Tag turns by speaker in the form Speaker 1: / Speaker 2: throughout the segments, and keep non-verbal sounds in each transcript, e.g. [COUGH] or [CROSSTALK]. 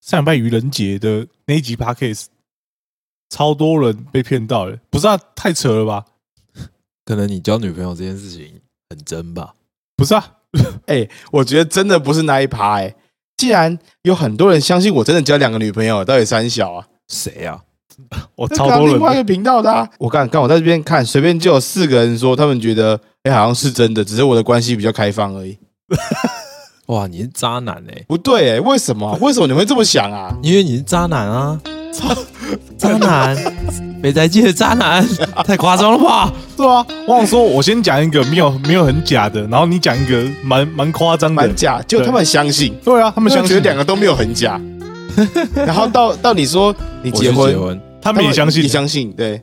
Speaker 1: 上礼拜愚人节的那一集 podcast，超多人被骗到了，不是啊？太扯了吧？
Speaker 2: 可能你交女朋友这件事情很真吧？
Speaker 1: 不是啊？
Speaker 3: 我觉得真的不是那一趴哎、既然有很多人相信我真的交两个女朋友，到底三小啊？
Speaker 2: 谁啊？
Speaker 1: 我
Speaker 3: 那
Speaker 1: 哦超
Speaker 3: 刚
Speaker 1: 多
Speaker 3: 另
Speaker 1: 人
Speaker 3: 外一
Speaker 1: 被
Speaker 3: 个频道的、啊，我刚刚我在这边看，随便就有四个人说他们觉得，哎、好像是真的，只是我的关系比较开放而已。
Speaker 2: 哇，你是渣男哎、
Speaker 3: 不对哎、为什么？为什么你会这么想 [LAUGHS] 啊？
Speaker 2: 因为你是渣男啊！渣
Speaker 3: [LAUGHS]
Speaker 2: 男，美宅界的渣男，太夸张了吧？
Speaker 1: 对啊，我想说，我先讲一个没有没有很假的，然后你讲一个蛮蛮夸张的
Speaker 3: 蛮，假，就他们相信，
Speaker 1: 对啊，他
Speaker 3: 他
Speaker 1: 们
Speaker 3: 们
Speaker 1: 相
Speaker 3: 觉
Speaker 1: 信
Speaker 3: 得两个都没有很 [LAUGHS] 假。然后到到你说你结
Speaker 2: 我
Speaker 3: 婚，
Speaker 2: 去结婚，
Speaker 1: 他们也相信
Speaker 3: 你，相信对。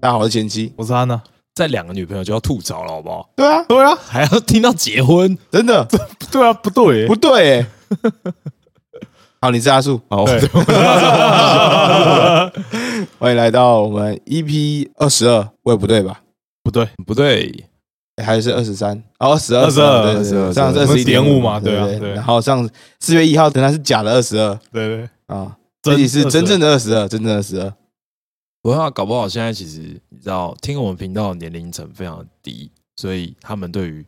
Speaker 3: 大家好，我是前妻。
Speaker 1: 我是啊安娜，
Speaker 2: 在两个女朋友就要吐槽了，好不好？ [LAUGHS]
Speaker 3: 对啊，
Speaker 1: 对啊，
Speaker 2: 还要听到结婚？
Speaker 3: 真的
Speaker 1: 对啊，不对欸，
Speaker 3: 不对、 [LAUGHS] 欸。好，你是阿树，
Speaker 2: 哦，
Speaker 1: 对
Speaker 3: 欢迎来到我们 EP 二十二，我也不对吧？
Speaker 1: [LAUGHS] 不对，
Speaker 2: [LAUGHS] 不对，
Speaker 3: 欸还是二十三？哦，二十二，
Speaker 1: 22
Speaker 3: 对对对上次二
Speaker 1: 我
Speaker 3: 十
Speaker 1: 们
Speaker 3: 一
Speaker 1: 点五嘛对啊对
Speaker 3: 然后上四月一号，等它是假的二十二
Speaker 1: 对对，
Speaker 3: 啊，
Speaker 1: 真
Speaker 3: 这里是真正
Speaker 1: 的
Speaker 3: 的二十二，真正的二十二。
Speaker 2: 我要搞不好现在其实你知道，听我们频道的年龄层非常低，所以他们对于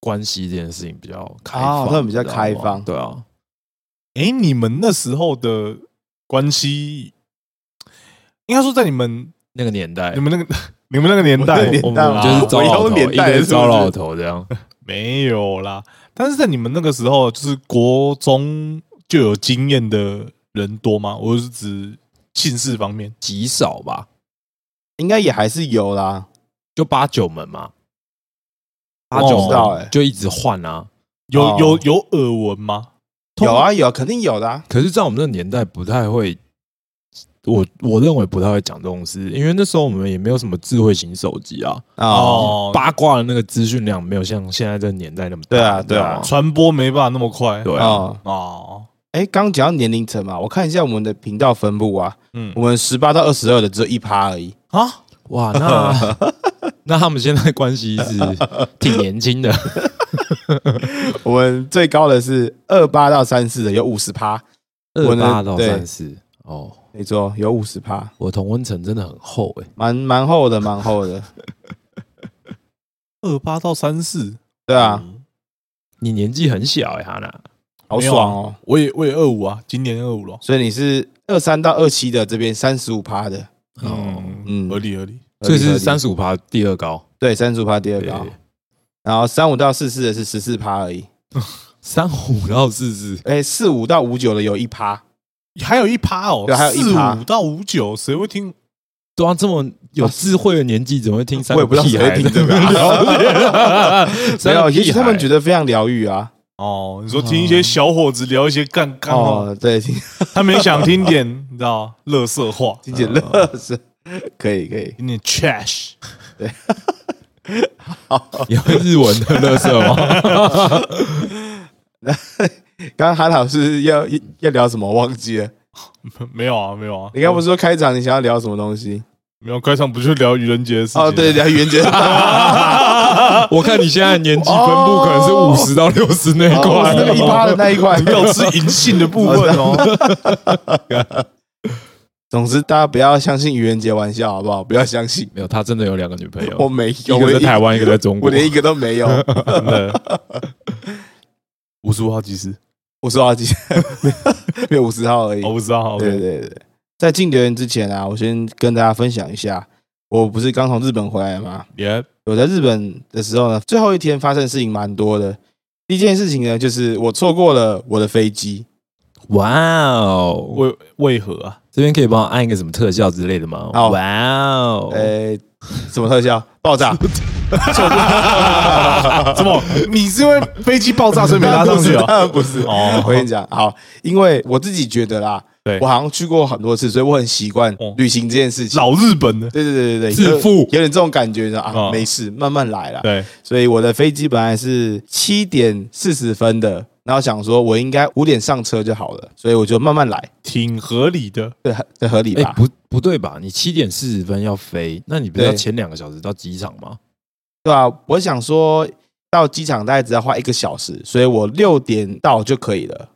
Speaker 2: 关系这件事情比较开放，
Speaker 3: 哦他们比较
Speaker 2: 你知道吗
Speaker 3: 开放
Speaker 2: 对啊，
Speaker 1: 哎，你们那时候的关系，应该说在你们
Speaker 2: 那个年代
Speaker 1: 你，们那个 [LAUGHS] 你们那个啊年
Speaker 3: 我那
Speaker 1: 代
Speaker 3: 个，年
Speaker 2: 我们
Speaker 3: 代
Speaker 2: 我们就是糟
Speaker 3: 啊
Speaker 2: 老
Speaker 3: 我以后
Speaker 2: 头，
Speaker 3: 年
Speaker 2: 一
Speaker 3: 代
Speaker 2: 个
Speaker 3: 是
Speaker 2: 是
Speaker 3: 不是
Speaker 2: 糟老头这样。
Speaker 1: 没有啦，但是在你们那个时候，就是国中就有经验的人多吗？我是指姓氏方面，
Speaker 2: 极少吧，
Speaker 3: 应该也还是有啦，
Speaker 2: 就八九门嘛，八
Speaker 1: 我
Speaker 2: 九
Speaker 1: 不
Speaker 2: 门
Speaker 1: 知
Speaker 3: 道欸
Speaker 2: 就一直换啊。
Speaker 1: 有、
Speaker 3: 哦
Speaker 1: 有有耳闻吗？
Speaker 3: 有啊有啊，肯定有的啊。
Speaker 2: 可是，在我们那个年代，不太会，我我认为不太会讲这种事，因为那时候我们也没有什么智慧型手机啊，
Speaker 3: 哦，
Speaker 2: 八卦的那个资讯量没有像现在这个年代那么大。
Speaker 3: 对啊
Speaker 2: 你知道吗
Speaker 1: 传播没办法那么快。
Speaker 2: 对啊，
Speaker 3: 哦，
Speaker 1: 哦，
Speaker 3: 哎，刚讲到年龄层嘛，我看一下我们的频道分布啊，
Speaker 1: 嗯
Speaker 3: 我们十八到二十二的只有一趴而已。
Speaker 1: 啊，
Speaker 2: 哇，
Speaker 3: [LAUGHS]
Speaker 2: 那那他们现在关系是挺年轻
Speaker 3: [LAUGHS]
Speaker 2: 的，
Speaker 3: 我们最高的是二八到三四的，有五十趴，我
Speaker 2: 二
Speaker 3: 呢
Speaker 2: 八到
Speaker 3: 对
Speaker 2: 三四哦。
Speaker 3: 没错，有五十趴，
Speaker 2: 我同温层真的很厚哎、
Speaker 3: 蛮蛮厚的，蛮厚的。
Speaker 1: 二八到三四，
Speaker 3: 对啊，
Speaker 2: 嗯你年纪很小哎、哈娜，
Speaker 3: 好
Speaker 1: 没有啊
Speaker 3: 爽哦。
Speaker 1: 我也我也二五啊，今年二五了。
Speaker 3: 所以你是二三到二七的这边三十五趴的，
Speaker 2: 哦，
Speaker 1: 嗯，
Speaker 3: 嗯
Speaker 1: 合理合理。
Speaker 2: 所以是三
Speaker 3: 十
Speaker 2: 十五趴第二高，
Speaker 3: 对啊三十五趴第二高
Speaker 2: 对，
Speaker 3: 然后三五到四四的是十四趴而已，
Speaker 2: 三五到四四，
Speaker 3: 哎，四五到五九的有一趴，
Speaker 1: 还有一趴哦，
Speaker 3: 对还有一趴
Speaker 1: 四五到五九，谁会听？
Speaker 2: 对啊，这么有智慧的年纪，怎么会听三
Speaker 3: 我
Speaker 2: 个
Speaker 3: 也不知道
Speaker 2: 屁
Speaker 3: 谁会
Speaker 2: 孩
Speaker 3: 听这个
Speaker 2: [LAUGHS]
Speaker 3: 啊
Speaker 2: 了解
Speaker 3: [LAUGHS] 没
Speaker 2: 三
Speaker 3: 有，
Speaker 2: 个
Speaker 3: 也许
Speaker 2: 屁孩
Speaker 3: 他们觉得非常疗愈啊。
Speaker 1: 哦，你说听一些小伙子聊一些干干话，
Speaker 3: 哦，对，
Speaker 2: [LAUGHS]
Speaker 3: 听
Speaker 1: 他们也想听点，你知道，乐色话，
Speaker 3: 听见乐是， [LAUGHS] 可以可以。
Speaker 1: 听点 trash。
Speaker 2: 你会日文的乐色
Speaker 3: [LAUGHS]
Speaker 2: 吗？
Speaker 3: 刚刚韩老师要要聊什么忘记了？
Speaker 1: [LAUGHS] 没有啊，没有啊。
Speaker 3: 你刚不是说开场你想要聊什么东西？
Speaker 1: 没有开场，不就聊愚人节的事情？[LAUGHS]
Speaker 3: 哦，对，，聊
Speaker 2: [LAUGHS]
Speaker 3: 袁杰。
Speaker 2: 我看你现在年纪分布可能是五十到六十那一
Speaker 3: 哦
Speaker 2: 块，
Speaker 3: 是那个一趴的
Speaker 2: [LAUGHS]
Speaker 3: 那一块。
Speaker 1: 要吃银杏的部分
Speaker 3: [LAUGHS]
Speaker 1: 哦。
Speaker 3: 总之，大家不要相信愚人节玩笑，好不好？不要相信，
Speaker 2: 没有，他真的有两个女朋友，
Speaker 3: 我没有，
Speaker 2: 一
Speaker 3: 我
Speaker 2: 个在
Speaker 3: 一
Speaker 2: 台湾，一个在中
Speaker 3: 我
Speaker 2: 国。
Speaker 3: 连一个都没 [LAUGHS] 有。
Speaker 1: 真的， [LAUGHS] 五十五号技师，
Speaker 3: 五十号机， [LAUGHS] 没有五十号而已
Speaker 1: 我。不知道。
Speaker 3: 对对
Speaker 1: OK
Speaker 3: 对对，在进留言之前啊，我先跟大家分享一下，我不是刚从日本回来吗？
Speaker 1: 也
Speaker 3: 我在日本的时候呢，最后一天发生的事情蛮多的。第一件事情呢，就是我错过了我的飞机。
Speaker 2: 哇哦，
Speaker 1: 为为何啊？
Speaker 2: 这边可以帮我按一个什么特效之类的吗？
Speaker 3: 好
Speaker 2: 哇哦，
Speaker 3: 呃，什么特效？爆炸？ [LAUGHS]
Speaker 1: 啊 [LAUGHS] 怎么？你是因为飞机爆炸所以没拉上去啊？
Speaker 3: 当然不是，
Speaker 1: 哦
Speaker 3: 我跟你讲，好，因为我自己觉得啦，
Speaker 1: 对
Speaker 3: 我好像去过很多次，所以我很习惯
Speaker 1: 哦
Speaker 3: 旅行这件事情。
Speaker 1: 老日本的，
Speaker 3: [LAUGHS] 对对对对对，
Speaker 2: 自负
Speaker 3: 有有点这种感觉，你知道啊
Speaker 1: 哦，
Speaker 3: 没事，慢慢来啦。
Speaker 1: 对，
Speaker 3: 所以我的飞机本来是七点四十分的，然后想说我应该五点上车就好了，所以我就慢慢来，
Speaker 1: 挺合理的。
Speaker 3: 这合这合理
Speaker 2: 哎、
Speaker 3: 吧？
Speaker 2: 不不对吧？你七点四十分要飞，那你不是
Speaker 3: 对
Speaker 2: 要前两个小时到机场吗？
Speaker 3: 对吧、我想说到机场大概只要花一个小时，所以我六点到就可以了。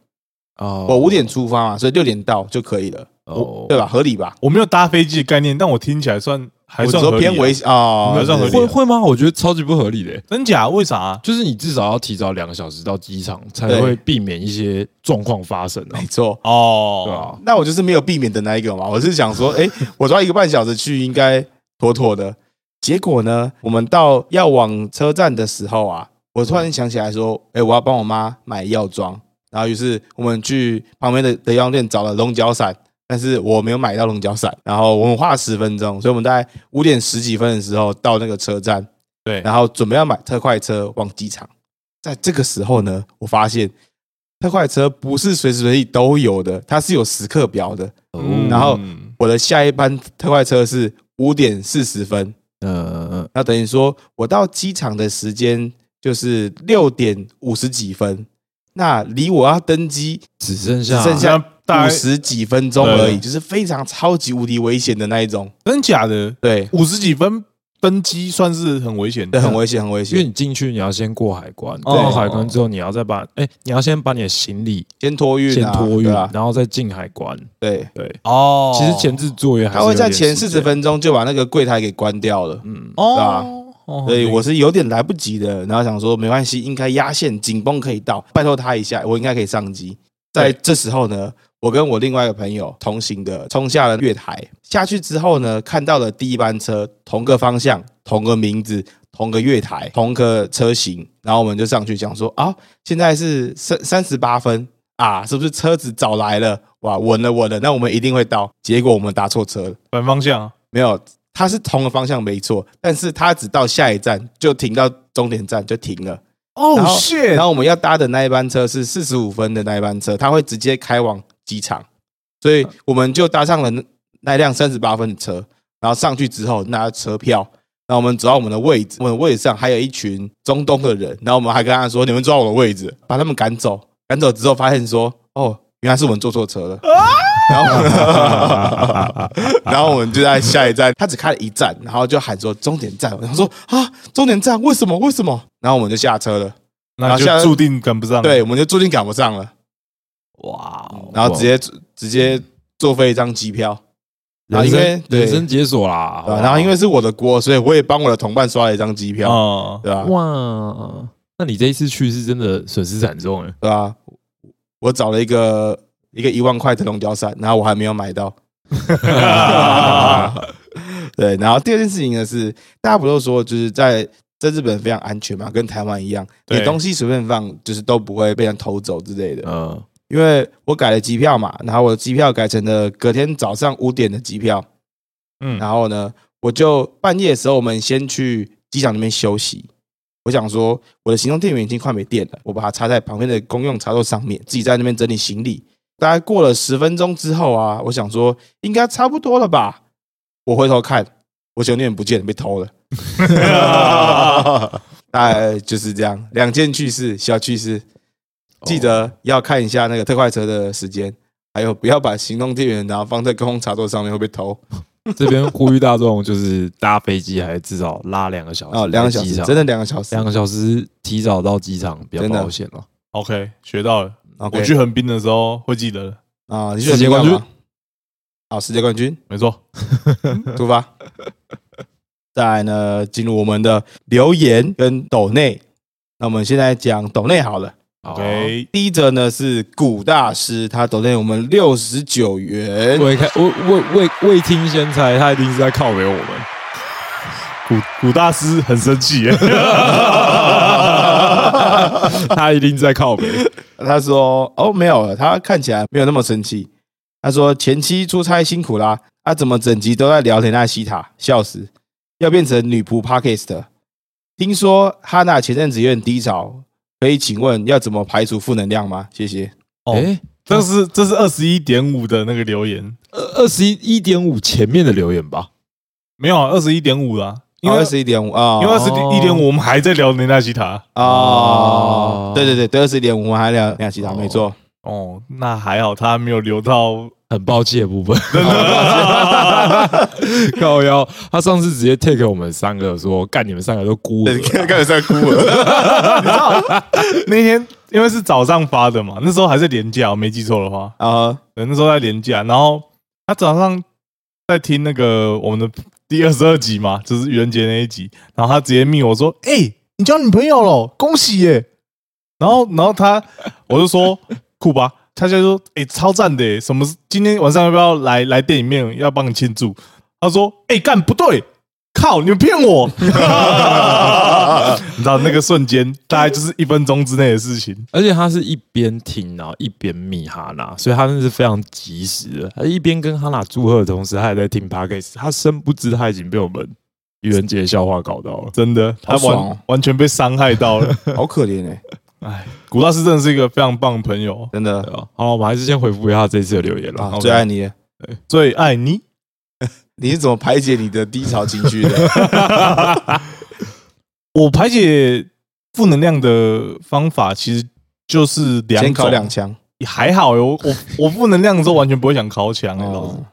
Speaker 2: 哦
Speaker 3: 我五点出发嘛，所以六点到就可以了，
Speaker 2: 哦，
Speaker 3: 对吧？合理吧？
Speaker 1: 我没有搭飞机的概念，但我听起来算还
Speaker 3: 我
Speaker 1: 算
Speaker 3: 说
Speaker 1: 合理啊
Speaker 3: 偏危哦，
Speaker 1: 还算合理啊
Speaker 2: 会会吗？我觉得超级不合理的欸，
Speaker 1: 真假？为啥？
Speaker 2: 就是你至少要提早两个小时到机场，才
Speaker 3: 对
Speaker 2: 会避免一些状况发生啊
Speaker 3: 没，错。
Speaker 1: 哦，
Speaker 2: 对啊，
Speaker 3: 那我就是没有避免的那一个嘛，我是想说，哎、我抓一个半小时去应该妥妥的。结果呢，我们到要往车站的时候啊，我突然想起来说，哎、我要帮我妈买药妆，然后于是我们去旁边的的药妆店找了龙角散，但是我没有买到龙角散，然后我们花了十分钟，所以我们大概五点十几分的时候到那个车站，
Speaker 1: 对
Speaker 3: 然后准备要买特快车往机场。在这个时候呢，我发现特快车不是随时随地都有的，它是有时刻表的。
Speaker 1: 嗯
Speaker 3: 然后我的下一班特快车是五点四十分，
Speaker 2: 嗯
Speaker 3: 那等于说我到机场的时间就是六点五十几分，那离我要登机
Speaker 2: 只剩
Speaker 3: 只
Speaker 2: 下
Speaker 3: 剩
Speaker 1: 那
Speaker 3: 下
Speaker 1: 大概
Speaker 3: 五十几分钟而已，
Speaker 1: 对
Speaker 3: 就是非常超级无敌危险的那一种。
Speaker 1: 真假的
Speaker 3: 对，
Speaker 1: 五十几分登机算是很危险
Speaker 3: 对，
Speaker 1: 的，
Speaker 3: 很危险，很危
Speaker 2: 因为
Speaker 3: 险。
Speaker 2: 你进去你要先过海
Speaker 3: 哦
Speaker 2: 关，
Speaker 1: 对
Speaker 2: 过完海关之后你要再把哎、你要先把你的行李
Speaker 3: 先托运、啊，
Speaker 2: 先托运，
Speaker 3: 对啊，
Speaker 2: 然后再进海关。
Speaker 3: 对。
Speaker 2: 对，
Speaker 1: 哦。
Speaker 2: 其实前置作业还
Speaker 3: 他
Speaker 2: 是
Speaker 3: 会在
Speaker 2: 有点
Speaker 3: 前
Speaker 2: 时
Speaker 3: 四
Speaker 2: 间
Speaker 3: 十，分钟就把那个柜台给关掉了，
Speaker 2: 嗯，
Speaker 3: 对啊
Speaker 1: 哦，哦
Speaker 3: 所以我是有点来不及的。然后想说没关系，应该压线紧绷可以到，拜托他一下，我应该可以上机。在这时候呢，我跟我另外一个朋友同行的冲下了月台，下去之后呢，看到了第一班车同个方向、同个名字、同个月台、同个车型，然后我们就上去讲说啊，现在是三三十八分啊，是不是车子早来了？哇，稳了稳了，那我们一定会到。结啊果我们搭错车了。
Speaker 1: 反方向
Speaker 3: 没有，它是同个方向没错，但是它只到下一站就停到终点站就停了。
Speaker 1: 哦
Speaker 3: 然后
Speaker 1: shit，
Speaker 3: 然后我们要搭的那一班车是四十五分的那一班车，它会直接开往机场，所以我们就搭上了那那辆三十八分的车，然后上去之后拿车票。然后我们走到我们的位置，我们的位置上还有一群中东的人，然后我们还跟他说：“你们抓我的位置，把他们赶走。”赶走之后发现说：“哦，原来是我们坐错车了。”然后， [LAUGHS] 然后我们就在下一站，他只开了一站，然后就喊说终点站。然后说啊，终点站为什么？为什么？然后我们就下车了。
Speaker 1: 那
Speaker 3: 然后
Speaker 1: 就
Speaker 3: 下
Speaker 1: 注定赶不上。
Speaker 3: 对，我们就注定赶不上了，
Speaker 1: 哇哦，
Speaker 3: 然后直接直接作废一张机票，然后
Speaker 2: 人
Speaker 3: 因
Speaker 2: 生
Speaker 3: 为对
Speaker 2: 人生解锁啦，
Speaker 1: 啊
Speaker 3: 对吧然后因为是我的锅，所以我也帮我的同伴刷了一张机票，
Speaker 1: 啊，
Speaker 3: 对吧？
Speaker 2: 哇，那你这一次去是真的损失惨重哎，
Speaker 3: 对吧？我找了一个一个一万块的龙角散，然后我还没有买
Speaker 1: [LAUGHS]
Speaker 3: 到。对，然后第二件事情呢是，大家不都说就是在在日本非常安全嘛，跟台湾一样，
Speaker 1: 对
Speaker 3: 你东西随便放就是都不会被人偷走之类的。
Speaker 2: 嗯，
Speaker 3: 因为我改了机票嘛，然后我的机票改成了隔天早上五点的机票，
Speaker 1: 嗯，
Speaker 3: 然后呢，我就半夜的时候，我们先去机场那边休息。我想说，我的行动电源已经快没电了，我把它插在旁边的公用插座上面，自己在那边整理行李。大概过了十分钟之后啊，我想说应该差不多了吧。我回头看，我行动电源不见了，被偷了。 [LAUGHS] 大概就是这样，两件趣事，小趣事。
Speaker 2: 哦
Speaker 3: 记得要看一下那个特快车的时间，还有不要把行动电源然后放在公共插座上面会被偷。
Speaker 2: 这边呼吁大众就是搭飞机还至少拉两个小时
Speaker 3: 哦，两个小
Speaker 2: 在
Speaker 3: 时
Speaker 2: 机，场
Speaker 3: 真的两个小时
Speaker 2: 两。个小时提早到机场比较
Speaker 3: 真的
Speaker 2: 保险了。
Speaker 1: [LAUGHS] OK 学到了。
Speaker 3: 哦 OK
Speaker 1: 我去横滨的时候会记得的，
Speaker 3: 啊，你
Speaker 2: 世界冠军
Speaker 3: 好，世界冠军
Speaker 1: 没错。
Speaker 3: 出发。 [LAUGHS] 再来呢，进入我们的留言跟抖内。那我们现在讲抖内好了。
Speaker 2: 好
Speaker 1: OK，
Speaker 3: 第一则呢是古大师，他抖内我们六十九元。
Speaker 2: 未开未未未未听先猜，他一定是在靠北我们。
Speaker 1: 古古大师很生
Speaker 2: [LAUGHS]
Speaker 1: 气耶，
Speaker 2: 他一定在靠北。
Speaker 3: 他说：“哦，没有了，他看起来没有那么生气。”他说：“前妻出差辛苦啦，啊，怎么整集都在聊田纳西塔，笑死！要变成女仆 Podcast。听说哈娜前阵子有点低潮，可以请问要怎么排除负能量吗？谢谢。
Speaker 1: 哦
Speaker 2: 哎，
Speaker 1: 这是这是二十一点五的那个留言，
Speaker 2: 二十一一点五前面的留言吧。
Speaker 1: 没有啊二十一点五啦，因为
Speaker 3: 二十一点五啊，
Speaker 1: 因为二十一点五我们还在聊雷纳西塔。
Speaker 3: 哦，对对对，对二十一点五，我们还聊田纳西塔，
Speaker 2: 哦
Speaker 3: 没错。
Speaker 1: 哦，那还好，他没有留到
Speaker 2: 很抱歉的部分， [LAUGHS] 靠腰，他上次直接 take 我们
Speaker 3: [LAUGHS]
Speaker 2: 三个说，干你们三个都孤儿，
Speaker 3: 刚才在哭了。
Speaker 1: 那天因为是早上发的嘛，那时候还是廉价，我没记错的话，
Speaker 3: 啊，
Speaker 1: 对，那时候在廉价，然后他早上在听那个我们的第二十二集嘛，就是愚人节那一集，然后他直接密我说：“哎、你交女朋友了，恭喜耶！”然后，然后他我就说酷吧，他就说：“哎、超赞的耶，什么？今天晚上要不要来来店里面要帮你庆祝？”他说：“哎、干不对。”靠！你们骗我！ [LAUGHS] 你知道那个瞬间，大概就是一分钟之内的事情。
Speaker 2: 而且他是一边听，然后一边密哈娜，所以他那是非常及时的。他一边跟哈娜祝贺的同时，他也在听 podcast。他深不知他已经被我们愚人节笑话搞到了。
Speaker 1: 真的，他
Speaker 3: 好
Speaker 1: 完、
Speaker 3: 爽哦
Speaker 1: 完全被伤害到了。
Speaker 3: 好可怜哎，
Speaker 1: 哎，古大师真的是一个非常棒的朋友，
Speaker 3: 真的
Speaker 2: 对啊，好了，我们还是先回复一下这次的留言了。
Speaker 3: 啊，最爱你了。
Speaker 1: 最爱你。
Speaker 3: 你是怎么排解你的低潮情绪的？
Speaker 1: 我排解负能量的方法其实就是 [LAUGHS] 两
Speaker 3: 先
Speaker 1: 种，
Speaker 3: 考两枪
Speaker 1: 还好哟、我我我负能量的时候完全不会想烤墙、欸，老师
Speaker 3: 哦，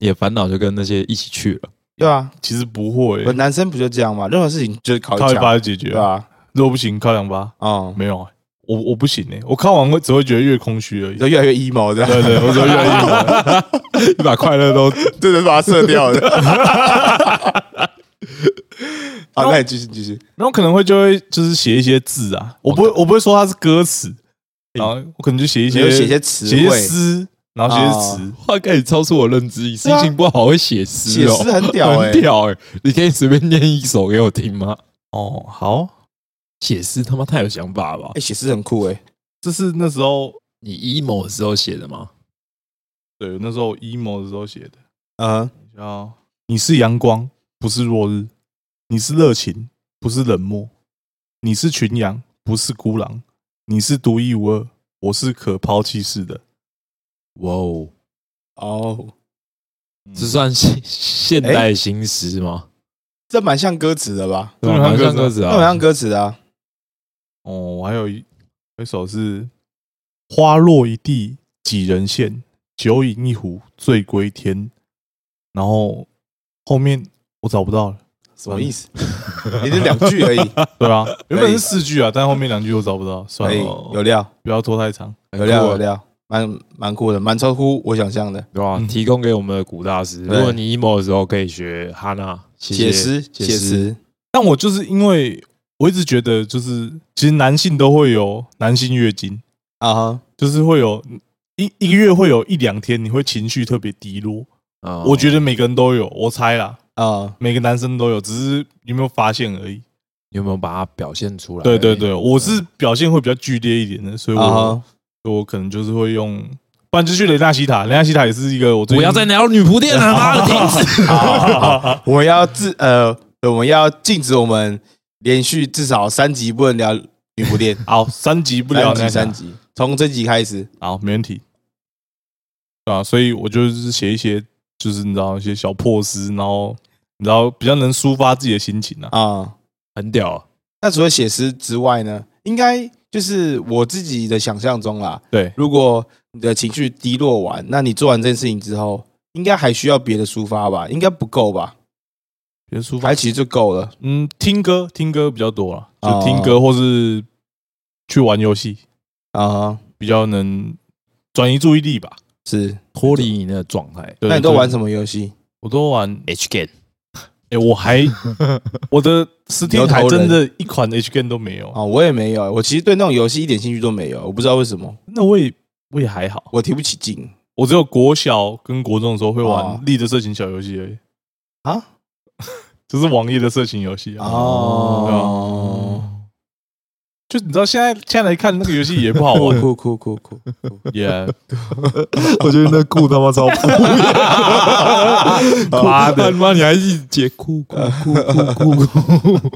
Speaker 2: 你的烦恼就跟那些一起去了。
Speaker 3: 对啊，
Speaker 1: 其实不会、
Speaker 3: 不
Speaker 1: 欸，
Speaker 3: 男生不就这样吗？任何事情就是考
Speaker 1: 靠
Speaker 3: 一
Speaker 1: 一
Speaker 3: 枪，
Speaker 1: 发就解决
Speaker 3: 对。啊吧？
Speaker 1: 如果不行，靠两发
Speaker 3: 哦，
Speaker 1: 没有、欸，我我不行哎、我靠完会只会觉得越空虚而已
Speaker 3: 你。就越来越 emo 这样， [LAUGHS]
Speaker 1: 对对，我只会越来越
Speaker 2: 你把快乐都 [LAUGHS]
Speaker 3: 真的是把它射掉了。好，那你继续继续。
Speaker 1: 然后可能会就会就是写一些字
Speaker 3: 哦
Speaker 1: 啊，我不会我不会说它是歌词，然后我可能就写一
Speaker 3: 嗯你
Speaker 1: 些
Speaker 3: 就写一些词
Speaker 1: 写一些
Speaker 3: 汇啊
Speaker 1: 诗，然后写一些词，
Speaker 2: 话概也超出我认知，心情不好会写诗
Speaker 3: 写
Speaker 2: 哦，
Speaker 3: 诗很屌哎、
Speaker 2: 很屌哎！你可以随便念一首给我听吗？
Speaker 1: 哦，好，
Speaker 2: 写诗他妈太有想法了吧
Speaker 3: 哎，？写诗很酷哎、
Speaker 1: 这是那时候
Speaker 2: 你 emo 的时候写的吗？
Speaker 1: 对那时候 emo 的时候写的，
Speaker 3: 嗯，
Speaker 1: 叫“你是阳光，不是落日；你是热情，不是冷漠；你是群羊，不是孤狼；你是独一无二，我是可抛弃式的。
Speaker 2: 哇哦，
Speaker 3: 哦，
Speaker 1: 嗯”
Speaker 2: 这算现现代新诗吗？
Speaker 3: 这蛮像歌词的吧？
Speaker 1: 这
Speaker 2: 对吧
Speaker 1: 蛮
Speaker 2: 蛮
Speaker 1: 像
Speaker 2: 像
Speaker 1: 歌
Speaker 2: 歌词
Speaker 3: 这蛮
Speaker 2: 啊
Speaker 3: 像，歌词的啊。
Speaker 1: 哦，我还有一有一首是“花落一地几人羡，酒饮一壶醉归天”，然后后面我找不到了。
Speaker 3: 什么意思？啊也就两句而已，
Speaker 1: 对啊，
Speaker 3: [LAUGHS]
Speaker 1: 原本
Speaker 3: 可
Speaker 1: 是
Speaker 3: 以
Speaker 1: 四句啊，但后面两句我找不到，
Speaker 3: 可
Speaker 1: 算
Speaker 3: 以
Speaker 1: 了，哦
Speaker 3: 有料，
Speaker 1: 不要拖太长。
Speaker 2: 啊
Speaker 3: 有料，啊有料，蛮蛮酷的，蛮超乎我想象的。
Speaker 2: 对吧
Speaker 1: 嗯？
Speaker 2: 提供给我们的古大师，
Speaker 3: 对
Speaker 2: 如果你 emo 的时候可以学哈娜
Speaker 3: 写诗，
Speaker 2: 写
Speaker 3: 写诗，
Speaker 1: 但我就是因为我一直觉得，就是其实男性都会有男性月经，
Speaker 3: 啊哈，
Speaker 1: 就是会有一一个月会有一两天你会情绪特别低落，我觉
Speaker 2: 得
Speaker 1: 得每个人都有，我猜啦，
Speaker 3: 啊，
Speaker 1: 每个男生都有，只是有没有发现而已。
Speaker 2: 你有没有把它表现出来？
Speaker 1: 对对对，我是表现会比较剧烈一点的，所以
Speaker 3: 啊
Speaker 1: 我
Speaker 3: 哈，
Speaker 1: 我可能就是会用，不然就去雷纳西塔，雷纳西塔也是一个我最
Speaker 2: 不
Speaker 1: 近
Speaker 2: 要再聊女仆店了，妈的，停止！
Speaker 3: 好好好好我们要制呃，我们要禁止我们连续至少三集不能聊女仆店，
Speaker 1: 好三级 [LAUGHS] 不
Speaker 3: 不
Speaker 1: 了
Speaker 3: 聊
Speaker 1: 那啊
Speaker 3: 第三集，从这集开始。
Speaker 1: 好，没问题。对啊，所以我就是写一些，就是你知道一些小破诗，然后你知道比较能抒发自己的心情啊。
Speaker 3: 啊。
Speaker 2: 很屌啊，
Speaker 3: 那除了写诗之外呢，应该就是我自己的想象中啦。
Speaker 1: 对，
Speaker 3: 如果你的情绪低落完，那你做完这件事情之后，应该还需要别的抒发吧？应该不够吧？
Speaker 1: 比较抒发
Speaker 3: 还。其实就够了。
Speaker 1: 嗯，听歌，听歌比较多啦，就
Speaker 3: 哦
Speaker 1: 听歌或是去玩游戏，
Speaker 3: 啊、
Speaker 1: 比较能转移注意力吧。
Speaker 3: 是。
Speaker 2: 脱离你的状态。
Speaker 1: 对
Speaker 3: 那你都
Speaker 1: 对
Speaker 3: 玩什么游戏？
Speaker 1: 我都玩。
Speaker 2: H game
Speaker 1: 哎，我
Speaker 3: [LAUGHS]
Speaker 1: 还我的 Steam
Speaker 3: 牛头
Speaker 1: 还
Speaker 3: 人
Speaker 1: 真的一款 H game 都没有。
Speaker 3: 啊、我也没有，我其实对那种游戏一点兴趣都没有，我不知道为什么，
Speaker 1: 那我也我也还好，
Speaker 3: 我提不起劲
Speaker 1: 我只有国小跟国中的时候会
Speaker 3: 哦
Speaker 1: 玩立的色情小游戏而已。
Speaker 3: 啊。
Speaker 1: 就是网页的色情游戏啊。
Speaker 3: 哦，
Speaker 1: 就你知道，现在现在来看那个游戏也不好
Speaker 3: 酷 [LAUGHS]
Speaker 1: 玩，
Speaker 3: 酷酷酷酷，
Speaker 1: 也
Speaker 2: 我觉得那酷他妈超酷，妈的，他妈你还一直解酷酷酷酷酷酷，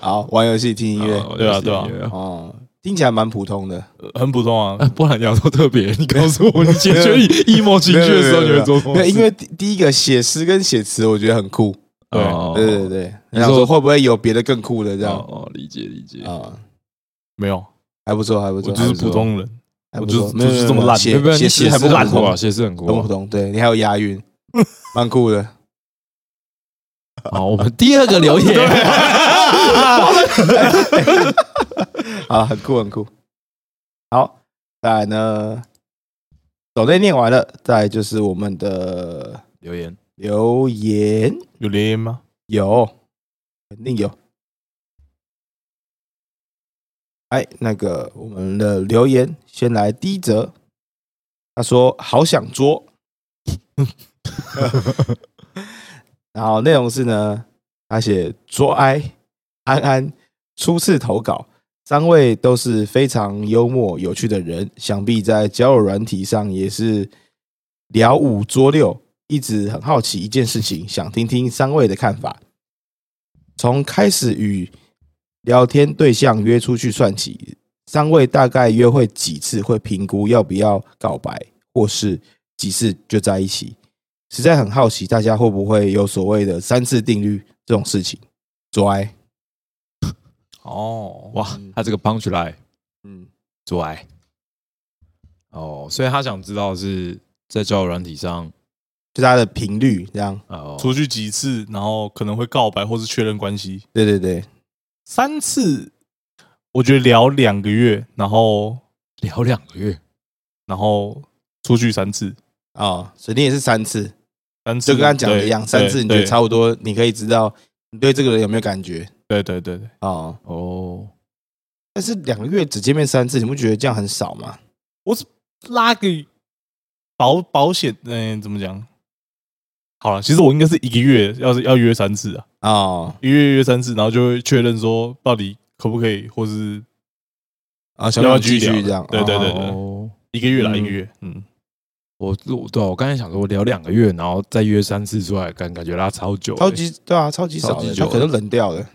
Speaker 3: 好，玩游戏听音
Speaker 2: [LAUGHS]
Speaker 3: 乐，
Speaker 1: 对啊对啊
Speaker 3: 哦，听起来蛮普通的。
Speaker 1: 很普通啊
Speaker 2: 啊。不然你要说特别，你告诉我，你解决 emo 情绪的
Speaker 1: 啊
Speaker 2: 时候你会做什么
Speaker 3: 没有，
Speaker 2: 事？
Speaker 3: 因为第第一个写诗跟写词，我觉得很酷。
Speaker 1: 对
Speaker 2: 哦
Speaker 3: 对对对，
Speaker 2: 你
Speaker 3: 然后
Speaker 2: 说
Speaker 3: 说会不会有别的更酷的这样
Speaker 2: 哦哦，理解理解。
Speaker 3: 啊？
Speaker 1: 没有，
Speaker 3: 还不错，还不
Speaker 1: 我
Speaker 3: 错，
Speaker 1: 就是普通人。
Speaker 3: 还不错，
Speaker 1: 我就是
Speaker 3: 啊没有
Speaker 1: 就是这么烂
Speaker 3: 没有没
Speaker 2: 不
Speaker 3: 有
Speaker 2: 然
Speaker 3: 写
Speaker 2: 你写
Speaker 3: 写诗还
Speaker 2: 诗
Speaker 3: 不
Speaker 2: 很
Speaker 3: 普
Speaker 2: 酷啊，
Speaker 3: 通，
Speaker 2: 写诗很
Speaker 3: 很普
Speaker 2: 酷啊。
Speaker 3: 通。对你还有押韵， [LAUGHS] 蛮酷的。
Speaker 2: 好，我们第二个留言，
Speaker 3: 啊，很酷很酷。好，再来呢，抖内念完了，再来就是我们的
Speaker 2: 留言
Speaker 3: 嗯留言，
Speaker 1: 有联姻吗？
Speaker 3: 有，肯定有。哎，那个我们的留言，先来第一则，他说好想捉， [LAUGHS] 然后内容是呢，他写捉哀安安初次投稿，三位都是非常幽默有趣的人，想必在交友软体上也是聊五捉六，一直很好奇一件事情，想听听三位的看法。从开始与聊天对象约出去算起，三位大概约会几次会评估要不要告白，或是几次就在一起？实在很好奇，大家会不会有所谓的三次定律这种事情？做爱，
Speaker 1: 哦，
Speaker 2: 哇
Speaker 3: 嗯，
Speaker 2: 他这个 punch line
Speaker 3: 嗯，
Speaker 2: 做爱哦，所以他想知道是在交友软体上
Speaker 3: 就它的频率这样，
Speaker 2: 哦，
Speaker 1: 出去几次，然后可能会告白或是确认关系
Speaker 3: 对对对，
Speaker 1: 三次，我觉得聊两个月，然后
Speaker 2: 聊两个月，
Speaker 1: 然后出去三次，
Speaker 3: 哦，所以你也是三次，
Speaker 1: 三次
Speaker 3: 就跟他讲的一
Speaker 1: 对
Speaker 3: 样，三次你觉
Speaker 1: 对
Speaker 3: 得差不多，你可以知道你对这个人有没有感觉
Speaker 1: 对对对对，
Speaker 3: 哦。
Speaker 2: 哦，
Speaker 3: 但是两个月只见面三次，你不觉得这样很少吗？
Speaker 1: 拉个保保险，嗯、怎么讲？好了，其实我应该是一个月要是要约三次啊，
Speaker 3: 哦
Speaker 1: 一个月约三次，然后就会确认说到底可不可以，或是
Speaker 3: 啊，想
Speaker 1: 要不要
Speaker 3: 继
Speaker 1: 继续
Speaker 3: 续
Speaker 1: 聊
Speaker 3: 这样，
Speaker 1: 对对对
Speaker 3: 哦
Speaker 1: 对
Speaker 2: 哦
Speaker 1: 一个月啦，
Speaker 3: 嗯
Speaker 1: 一个月，嗯，
Speaker 2: 我我对啊、我刚才想说，我聊两个月，然后再约三次出来，感感觉拉超久、欸，
Speaker 3: 超级对啊，超级少
Speaker 2: 超
Speaker 3: 的，
Speaker 2: 级
Speaker 3: 他
Speaker 2: 久
Speaker 3: 可能冷掉了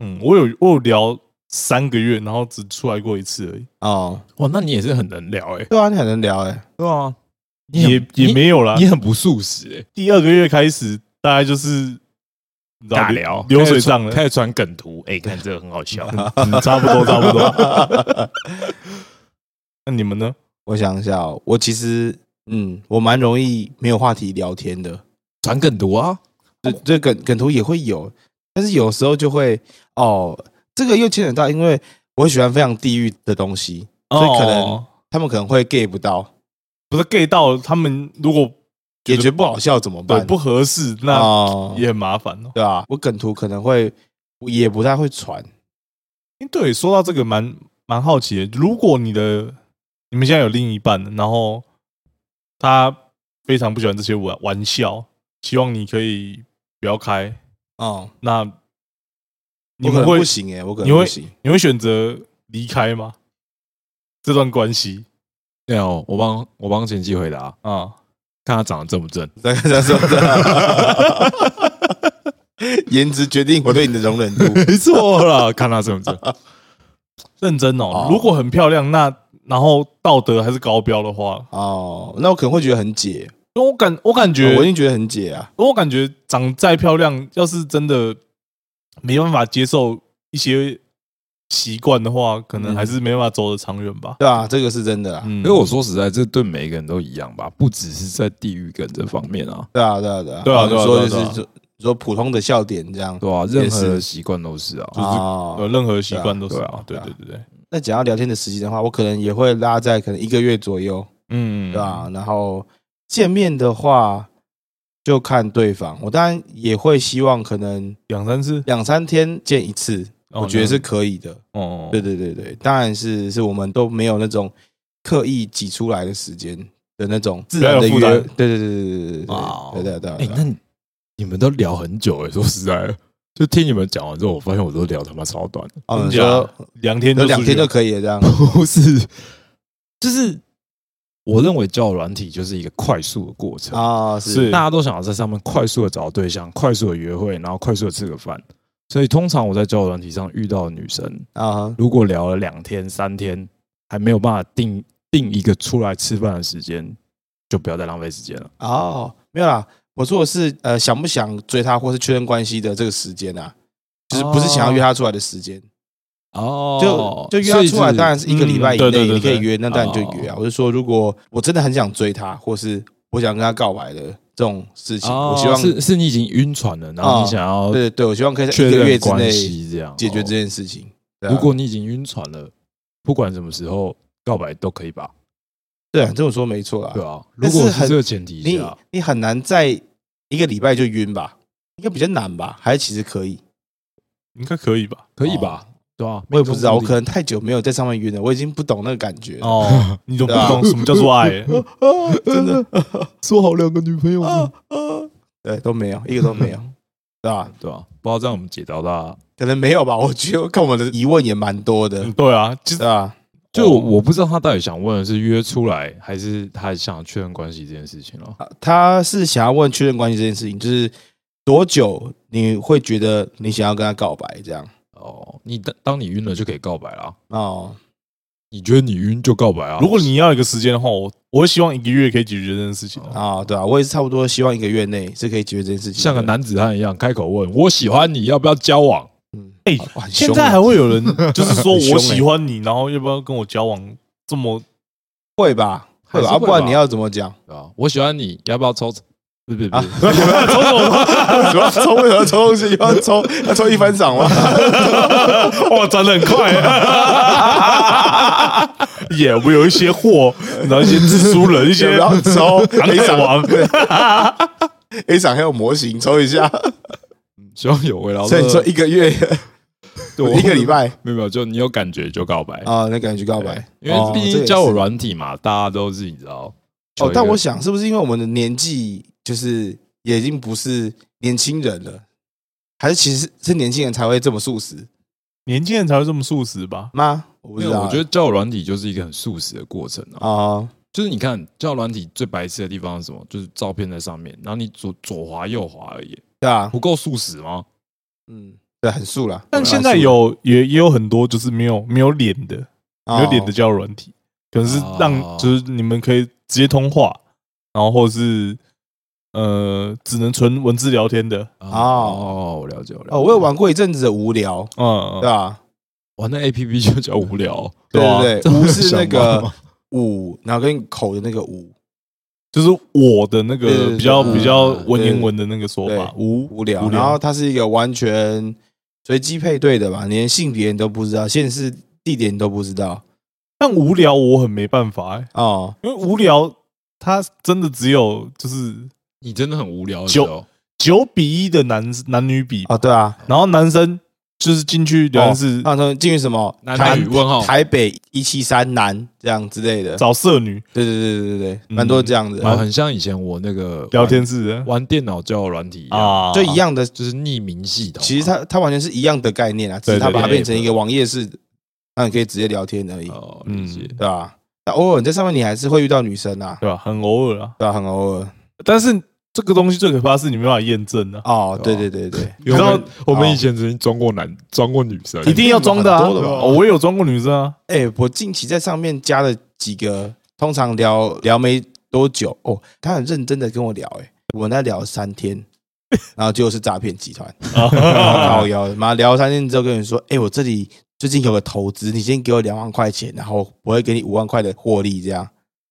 Speaker 1: 嗯，我有我有聊三个月，然后只出来过一次而已，
Speaker 3: 哦。
Speaker 2: 哇！那你也是很能聊哎、
Speaker 3: 对啊，你很能聊哎，
Speaker 2: 对啊，你
Speaker 1: 也
Speaker 2: 很
Speaker 1: 也没有啦
Speaker 2: 你。很不素食哎、
Speaker 1: 第二个月开始，大概就是你知道
Speaker 2: 尬聊
Speaker 1: 流流水账了
Speaker 2: 开，始传梗图， [LAUGHS] 哎、看这个很好笑，
Speaker 1: 嗯差不多差不多。 [LAUGHS] 那你们呢？
Speaker 3: 我想一下哦，我其实嗯，我蛮容易没有话题聊天的，
Speaker 2: 传梗图啊，
Speaker 3: 这这梗梗图也会有，但是有时候就会哦，这个又牵扯到，因为我喜欢非常地域的东西，所以可能
Speaker 1: 哦
Speaker 3: 他们可能会 get 不到，
Speaker 1: 不是 gay 到他们如果觉得
Speaker 3: 也觉得不好笑怎么
Speaker 1: 对
Speaker 3: 办？
Speaker 1: 不合适，那
Speaker 3: 哦，
Speaker 1: 也很麻烦哦。
Speaker 3: 对啊，我梗图可能会也不太会传，
Speaker 1: 诶对，说到这个蛮蛮好奇的，如果你的你们现在有另一半，然后他非常不喜欢这些玩玩笑，希望你可以不要开，
Speaker 3: 哦，
Speaker 1: 那你
Speaker 3: 我可
Speaker 1: 们
Speaker 3: 能
Speaker 1: 会
Speaker 3: 不行哎，我可
Speaker 1: 你
Speaker 3: 能
Speaker 1: 会
Speaker 3: 不行，
Speaker 1: 你会选择离开吗？这段关系
Speaker 2: 对哦，我帮我帮前妻回答，
Speaker 1: 啊，
Speaker 2: 看他长得正不正，
Speaker 3: 这个说的， [LAUGHS] 颜值决定我对你的容忍度。
Speaker 2: [LAUGHS]
Speaker 1: [LAUGHS]
Speaker 2: 没错啦， [LAUGHS] 看他正不正，
Speaker 1: 认真
Speaker 3: 哦
Speaker 1: 哦。如果很漂亮，那然后道德还是高标的话，
Speaker 3: 哦，那我可能会觉得很解，
Speaker 1: 因为我感我感觉
Speaker 3: 哦我一定觉得很解啊。
Speaker 1: 我感觉长再漂亮，要是真的没办法接受一些习惯的话，可能还是没办法走得长远吧。
Speaker 3: 对啊，这个是真的啊。
Speaker 1: 嗯，
Speaker 2: 因为我说实在，这对每个人都一样吧，不只是在地域梗这方面啊，
Speaker 3: 对啊，对啊，对啊，
Speaker 1: 对啊
Speaker 3: 哦
Speaker 1: 对啊
Speaker 3: 你说
Speaker 1: 对
Speaker 3: 就
Speaker 1: 啊对啊
Speaker 3: 是说你说普通的笑点这样
Speaker 2: 对啊，任何
Speaker 3: 也是
Speaker 2: 的习惯都是啊，
Speaker 1: 有
Speaker 3: 啊。
Speaker 1: 任何习惯都是
Speaker 2: 对啊
Speaker 1: 对
Speaker 3: 对啊
Speaker 1: 对对对，
Speaker 3: 那讲到聊天的时间的话，我可能也会拉在可能一个月左右，
Speaker 1: 嗯，
Speaker 3: 对啊吧？然后见面的话，就看对方。我当然也会希望可能
Speaker 1: 两三次，
Speaker 3: 两三天见一次，
Speaker 1: 哦
Speaker 3: 我觉得是可以的。
Speaker 1: 哦，
Speaker 3: 对对对对，当然是是我们都没有那种刻意挤出来的时间的那种自然的
Speaker 1: 不
Speaker 3: 约，
Speaker 1: 要有
Speaker 3: 对
Speaker 1: 负担
Speaker 3: 对对对对对对
Speaker 1: 哇哦
Speaker 3: 对对对对
Speaker 2: 哎、那
Speaker 3: 对，
Speaker 2: 你你们都聊很久 [LAUGHS] 哎、说实在的，就听你们讲完之后，我发现我都聊他妈超短，
Speaker 3: 哦，
Speaker 1: 真
Speaker 3: 你
Speaker 1: 假
Speaker 3: 说
Speaker 1: 两天
Speaker 3: 有
Speaker 1: 就
Speaker 3: 两
Speaker 1: 出去
Speaker 3: 天就
Speaker 1: 了
Speaker 3: 可以了这样，
Speaker 2: [LAUGHS]
Speaker 1: [LAUGHS]
Speaker 2: 不是，就是我认为交友软体就是一个快速的过程，
Speaker 3: 啊，是
Speaker 1: 是
Speaker 2: 大家都想要在上面快速的找对象，快速的约会，然后快速的吃个饭。所以通常我在交友软体上遇到的女生，
Speaker 3: 啊，
Speaker 2: 如果聊了两天、三天，还没有办法定定一个出来吃饭的时间，就不要再浪费时间了。
Speaker 3: 哦，没有啦，我说的是呃，想不想追她或是确认关系的这个时间啊，就是不是想要约她出来的时间，
Speaker 2: 哦
Speaker 3: 就就约她出来，当然是一个礼拜以
Speaker 1: 嗯对
Speaker 3: 内
Speaker 1: 对对
Speaker 3: 你可以
Speaker 1: 对
Speaker 3: 约，那当然就
Speaker 2: 哦
Speaker 3: 约啊。我是说，如果我真的很想追她，或是我想跟她告白的这种事情，我希望
Speaker 2: 哦是是你已经晕船了，然后
Speaker 3: 哦
Speaker 2: 你想要
Speaker 3: 对对对，我希望可以在
Speaker 2: 确
Speaker 3: 一个月
Speaker 2: 认
Speaker 3: 之
Speaker 2: 关
Speaker 3: 内
Speaker 2: 系这样
Speaker 3: 解决
Speaker 2: 哦
Speaker 3: 这件事情。对啊
Speaker 2: 如果你已经晕船了，不管什么时候，告白都可以吧？
Speaker 3: 对啊，这么说没错啦。
Speaker 2: 对啊，如
Speaker 3: 但是
Speaker 2: 果是
Speaker 3: 很
Speaker 2: 这个前提
Speaker 3: 你
Speaker 2: 下，
Speaker 3: 你很难在一个礼拜就晕吧？应该比较难吧？还是其实可以？
Speaker 1: 应该可以吧？
Speaker 2: 可以吧？对啊，
Speaker 3: 哦我也不知道，我
Speaker 2: 命
Speaker 3: 可
Speaker 2: 中
Speaker 3: 能太久没有在上面晕了，我已经不懂那个感觉了。
Speaker 1: 哦，你都不
Speaker 3: 对啊
Speaker 1: 懂什么叫做爱、欸
Speaker 3: 真的
Speaker 2: 说好两个女朋友吗，
Speaker 3: 啊呃对，都没有，一个都没有，
Speaker 2: [LAUGHS]
Speaker 3: 对吧？
Speaker 2: 对啊，不知道这样我们解答大家，
Speaker 3: 可能没有吧？我觉得看我的疑问也蛮多的
Speaker 1: 嗯，对啊，其
Speaker 3: 对
Speaker 1: 实
Speaker 3: 吧？
Speaker 2: 就我不知道他到底想问的是约出来，还是他想确认关系这件事情了。
Speaker 3: 啊他是想要问确认关系这件事情，就是多久你会觉得你想要跟他告白这样？
Speaker 2: 哦，你当当你晕了就可以告白啦，
Speaker 3: 哦，
Speaker 2: 你觉得你晕就告白啊？
Speaker 1: 如果你要一个时间的话，我我会希望一个月可以解决这件事情啊、
Speaker 3: 啊，对啊，我也是差不多希望一个月内是可以解决这件事情的，
Speaker 2: 像个男子汉一样开口问我喜欢你，要不要交往？
Speaker 3: 嗯，
Speaker 1: 哎
Speaker 3: 哇很
Speaker 1: 现
Speaker 3: 凶
Speaker 1: 在
Speaker 3: 欸
Speaker 1: 还会有人就是说
Speaker 3: 很凶
Speaker 1: 我
Speaker 3: 欸
Speaker 1: 喜欢你，然后要不要跟我交往？这么
Speaker 3: 会吧？
Speaker 2: 还
Speaker 3: 会吧？
Speaker 2: 是
Speaker 3: 啊
Speaker 2: 会
Speaker 3: 不然
Speaker 2: 吧
Speaker 3: 你要怎么讲？ [LAUGHS]
Speaker 2: 对啊，我喜欢你，要不要抽？不是不是
Speaker 3: 啊
Speaker 2: 不是，
Speaker 3: 主要抽为什么抽东西？要抽要抽一番赏吗？
Speaker 1: 哇，转的很快、 [LAUGHS] 啊，也我有一些货，然后一些蜘蛛人，一
Speaker 3: 先
Speaker 1: 些
Speaker 3: 不
Speaker 2: [LAUGHS]
Speaker 3: 要抽
Speaker 1: 航
Speaker 3: ，A
Speaker 1: 海
Speaker 3: 赏
Speaker 1: 王，
Speaker 3: A 赏还有模型，抽一下。
Speaker 2: 希望有味道。
Speaker 3: 所以你说一个月、
Speaker 2: 对我
Speaker 3: [LAUGHS] 一个礼拜
Speaker 2: 没有没有，就你有感觉就告白，
Speaker 3: 啊，那赶紧去告白
Speaker 2: 对。因为
Speaker 3: 哦
Speaker 2: 毕
Speaker 3: 这
Speaker 2: 竟
Speaker 3: 也
Speaker 2: 交友
Speaker 3: 是
Speaker 2: 软体嘛，大家都是你知道。
Speaker 3: 哦，但我
Speaker 2: 想。
Speaker 3: 想是不是因为我们的年纪就是也已经不是年轻人了，还是其实是年轻人才会这么素食
Speaker 1: 年轻人才会这么素食吧？
Speaker 3: 吗？我不
Speaker 2: 因
Speaker 3: 知
Speaker 2: 为
Speaker 3: 道欸，
Speaker 2: 我觉得交友软体就是一个很速食的过程啊，
Speaker 3: 啊，
Speaker 2: 就是你看交友软体最白痴的地方是什么？就是照片在上面，然后你左左滑右滑而已，
Speaker 3: 对啊，
Speaker 2: 不够速食吗？
Speaker 3: 嗯，对，很素啦，
Speaker 1: 但现在有也也有很多就是没有没有脸的，没有脸的
Speaker 3: 哦
Speaker 1: 交友软体，可能是
Speaker 2: 哦
Speaker 1: 让就是你们可以直接通话，然后或是呃只能纯文字聊天的，
Speaker 2: 哦，我了解，我了解。
Speaker 3: 啊哦，我有玩过一阵子的无聊，
Speaker 1: 嗯，
Speaker 3: 对啊吧？
Speaker 2: 玩那 A P P 就叫无聊，
Speaker 1: 对啊
Speaker 3: 对
Speaker 2: 这
Speaker 3: 对，
Speaker 2: 么
Speaker 3: 无是那
Speaker 2: 想玩
Speaker 3: 个
Speaker 2: 吗
Speaker 3: 五，然后跟口的那个五，
Speaker 1: 就是我的那
Speaker 3: 对对
Speaker 1: 个
Speaker 3: 对
Speaker 1: 比较
Speaker 2: 嗯
Speaker 1: 比较文言文的那个说法
Speaker 3: 对，
Speaker 1: 哦无
Speaker 3: 无聊，然后它是一个完全随机配对的吧，连性别你都不知道，现实地点你都不知道
Speaker 1: 但无聊我很没办法、欸，
Speaker 3: 哦。
Speaker 1: 因为无聊它真的只有就是
Speaker 2: 你真的很无聊的时候，
Speaker 1: 九比一的男男女比，
Speaker 3: 哦，对啊，哦
Speaker 1: 然后男生就是进去聊天室
Speaker 3: 让他们进去什么
Speaker 2: 男女问号，
Speaker 3: 台北一七三男这样之类的，
Speaker 1: 找色女
Speaker 3: 对对对对对对，
Speaker 1: 嗯
Speaker 3: 蛮多这样的，哦
Speaker 2: 然后很像以前我那个
Speaker 1: 聊天室的
Speaker 2: 玩电脑交友软体一样，
Speaker 1: 啊，
Speaker 3: 就一样的。
Speaker 2: 就是匿名系统啊。
Speaker 3: 其实它它完全是一样的概念啊，只
Speaker 1: 对
Speaker 3: 是它
Speaker 1: 对
Speaker 3: 把它
Speaker 2: 对
Speaker 3: 变成一个网页式的，那你可以直接聊天而已，
Speaker 2: 哦，理解
Speaker 1: 嗯
Speaker 3: 对吧？那偶尔你在上面你还是会遇到女生啊，
Speaker 1: 对吧？很偶尔啊，
Speaker 3: 对吧？很偶尔
Speaker 1: 但是这个东西最可怕的是你没办法验证的、啊，
Speaker 3: 哦，
Speaker 2: 对
Speaker 3: 对
Speaker 2: 啊
Speaker 3: 对对对， [LAUGHS]
Speaker 2: 因为我们我们
Speaker 3: 哦
Speaker 2: 以前曾经装过男，装过女生，
Speaker 1: 一定要装的啊！
Speaker 3: 很多的吧
Speaker 1: 哦我也有装过女生啊，
Speaker 3: 哎、我近期在上面加了几个，通常聊聊没多久哦，他很认真的跟我聊、哎，我们在聊三天，然后结果是诈骗集团，靠腰的，妈聊三天之后跟你说，哎、我这里最近有个投资，你先给我两万块钱，然后我会给你五万块的获利，这样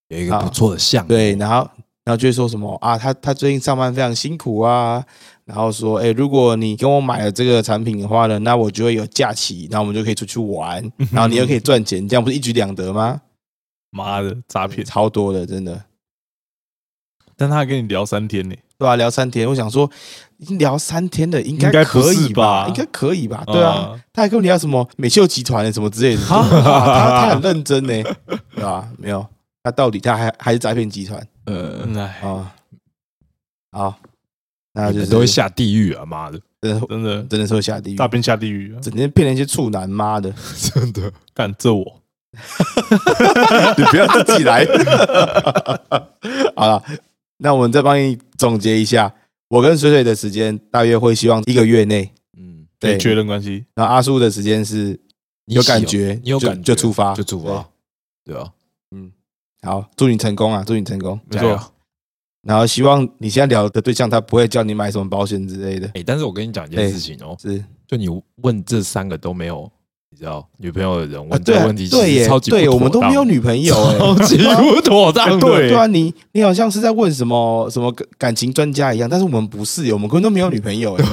Speaker 2: 有一个不错的项目，
Speaker 3: 对，然后。然后就会说什么啊，他他最近上班非常辛苦啊，然后说，哎、如果你跟我买了这个产品的话呢，那我就会有假期，然后我们就可以出去玩，然后你又可以赚钱，这样不是一举两得吗？
Speaker 1: 妈的诈骗！
Speaker 3: 超多的，真的。
Speaker 1: 但他还跟你聊三天呢、
Speaker 3: 对啊，聊三天，我想说，已经聊三天了，应
Speaker 1: 应该不
Speaker 3: 可
Speaker 1: 是
Speaker 3: 以
Speaker 1: 吧
Speaker 3: 应该可以吧？对啊，
Speaker 1: 嗯，
Speaker 3: 他还跟我聊什么美秀集团的什么之类的，哇他他很认真呢，对吧、没有，他到底他还还是诈骗集团
Speaker 2: 呃，
Speaker 1: 嗯哎，
Speaker 3: 啊？好，那
Speaker 2: 你
Speaker 3: 就
Speaker 2: 们
Speaker 3: 是
Speaker 2: 都会下地狱啊！妈的，
Speaker 3: 真的
Speaker 1: 真的
Speaker 3: 真的是会下地狱
Speaker 1: 诈，骗下地狱啊，
Speaker 3: 整天骗那些处男，妈的，
Speaker 2: [LAUGHS]
Speaker 3: [LAUGHS]
Speaker 2: 真的，
Speaker 1: 干这我
Speaker 3: 你不要自己来。 [LAUGHS] 好了，那我们再帮你总结一下，我跟水水的时间大约会希望一个月内。
Speaker 2: 嗯，
Speaker 3: 对，
Speaker 1: 确认关系，
Speaker 3: 然后阿叔的时间是
Speaker 2: 你
Speaker 3: 有
Speaker 2: 喜欢
Speaker 3: 感觉
Speaker 2: 哦你有
Speaker 3: 就
Speaker 2: 感觉
Speaker 3: 就出发
Speaker 2: 就出发，对啊，
Speaker 3: 好，祝你成功啊，祝你成功。
Speaker 1: 没
Speaker 2: 加油
Speaker 1: 错。
Speaker 3: 然后希望你现在聊的对象他不会叫你买什么保险之类的，
Speaker 2: 哎，但是我跟你讲一件
Speaker 3: 哎
Speaker 2: 事情哦，
Speaker 3: 是
Speaker 2: 就你问这三个都没有，你知道女朋友的人
Speaker 3: 啊
Speaker 2: 问这
Speaker 3: 对
Speaker 2: 个
Speaker 3: 啊
Speaker 2: 问题，
Speaker 3: 对
Speaker 2: 其实
Speaker 3: 耶
Speaker 2: 超，级
Speaker 3: 对，
Speaker 2: 不
Speaker 3: 我们
Speaker 2: 妥
Speaker 3: 都没
Speaker 2: [LAUGHS]
Speaker 3: 有
Speaker 2: 当
Speaker 3: 女朋友耶，
Speaker 2: 超
Speaker 1: [LAUGHS]
Speaker 2: 级不妥
Speaker 1: 哎
Speaker 2: 当的，
Speaker 3: 对啊，你你好像是在问什么什么感情专家一样，但是我们不是耶，我们根本都没有女朋友耶，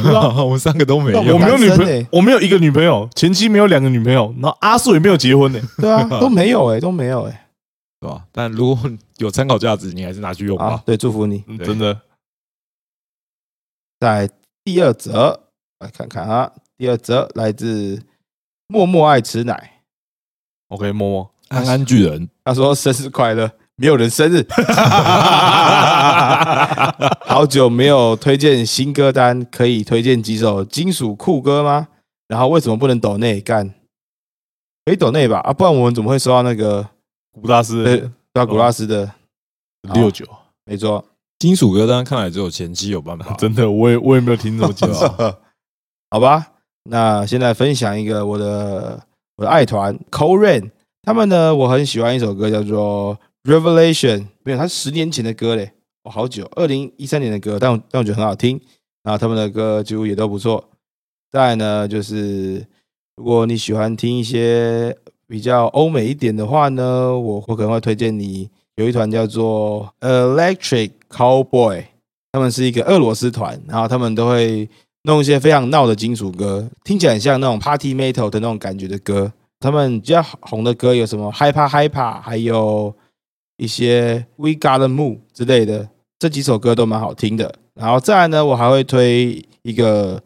Speaker 2: 我们三个都没
Speaker 3: 那
Speaker 1: 我
Speaker 2: 有
Speaker 1: 没。有女
Speaker 3: 单身
Speaker 1: 朋
Speaker 3: 欸
Speaker 1: 我没有一个女朋友，前妻没有两个女朋友，然后阿素也没有结婚呢、
Speaker 3: 对啊，都没有哎，都没有哎，
Speaker 2: 对吧？但如果 [LAUGHS] 有参考价值，你还是拿去用
Speaker 3: 啊
Speaker 2: 吧。，
Speaker 3: 对，祝福你。
Speaker 1: 嗯
Speaker 2: 对
Speaker 1: 真的。
Speaker 3: 在第二则来看看啊，第二则来自默默爱吃奶，
Speaker 1: OK，默默，
Speaker 2: 安安巨人，
Speaker 3: 他说生日快乐，没有人生日，好久没有推荐新歌单，可以推荐几首金属酷歌吗？然后为什么不能抖内干？可以抖内吧？啊，不然我们怎么会收到那个
Speaker 1: [LAUGHS] 古大
Speaker 3: 呃
Speaker 1: 师
Speaker 3: 拉古拉斯的？
Speaker 1: 六九，
Speaker 3: 没错，
Speaker 2: 金属歌单看来只有前期有办
Speaker 3: 啊
Speaker 2: 法，
Speaker 1: 真的，我也我也没有听这么清 [LAUGHS] 楚。
Speaker 3: [LAUGHS] 好吧，那现在分享一个我的我的爱团 c o r a n 他们呢，我很喜欢一首歌叫做《Revelation》，没有，它是十年前的歌嘞，哦，好久，二零一三年的歌，但我但我觉得很好听，然后他们的歌几乎也都不错。再来呢，就是如果你喜欢听一些比较欧美一点的话呢，我我可能会推荐你有一团叫做 Electric Cowboy，他们是一个俄罗斯团，然后他们都会弄一些非常闹的金属歌，听起来很像那种 party metal 的那种感觉的歌。他们比较红的歌有什么 Hyper Hyper，还有一些 We Got the Moon 之类的，这几首歌都蛮好听的。然后再来呢，我还会推一个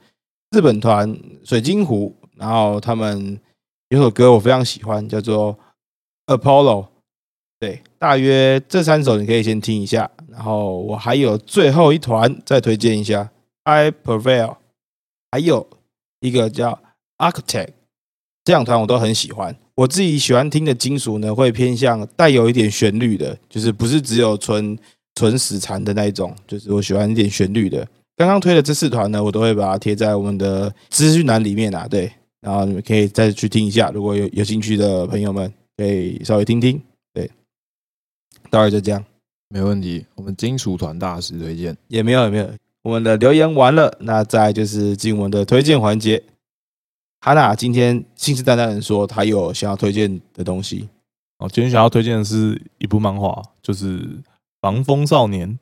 Speaker 3: 日本团水晶湖，然后他们有首歌我非常喜欢，叫做 Apollo。对，大约这三首你可以先听一下，然后我还有最后一团再推荐一下 I Prevail。还有一个叫 Architect，这两团我都很喜欢。我自己喜欢听的金属呢，会偏向带有一点旋律的，就是不是只有纯纯死缠的那一种，就是我喜欢一点旋律的。刚刚推的这四团呢，我都会把它贴在我们的资讯栏里面啊，对，然后你们可以再去听一下，如果有有兴趣的朋友们可以稍微听听，对，大概就这样，
Speaker 2: 没问题。我们金属团大师推荐，
Speaker 3: 也没有也没有，我们的留言完了，那再来就是进我们的推荐环节。哈娜今天信誓旦旦的说，她有想要推荐的东西。
Speaker 1: 哦，今天想要推荐的是一部漫画，就是《防风少年》，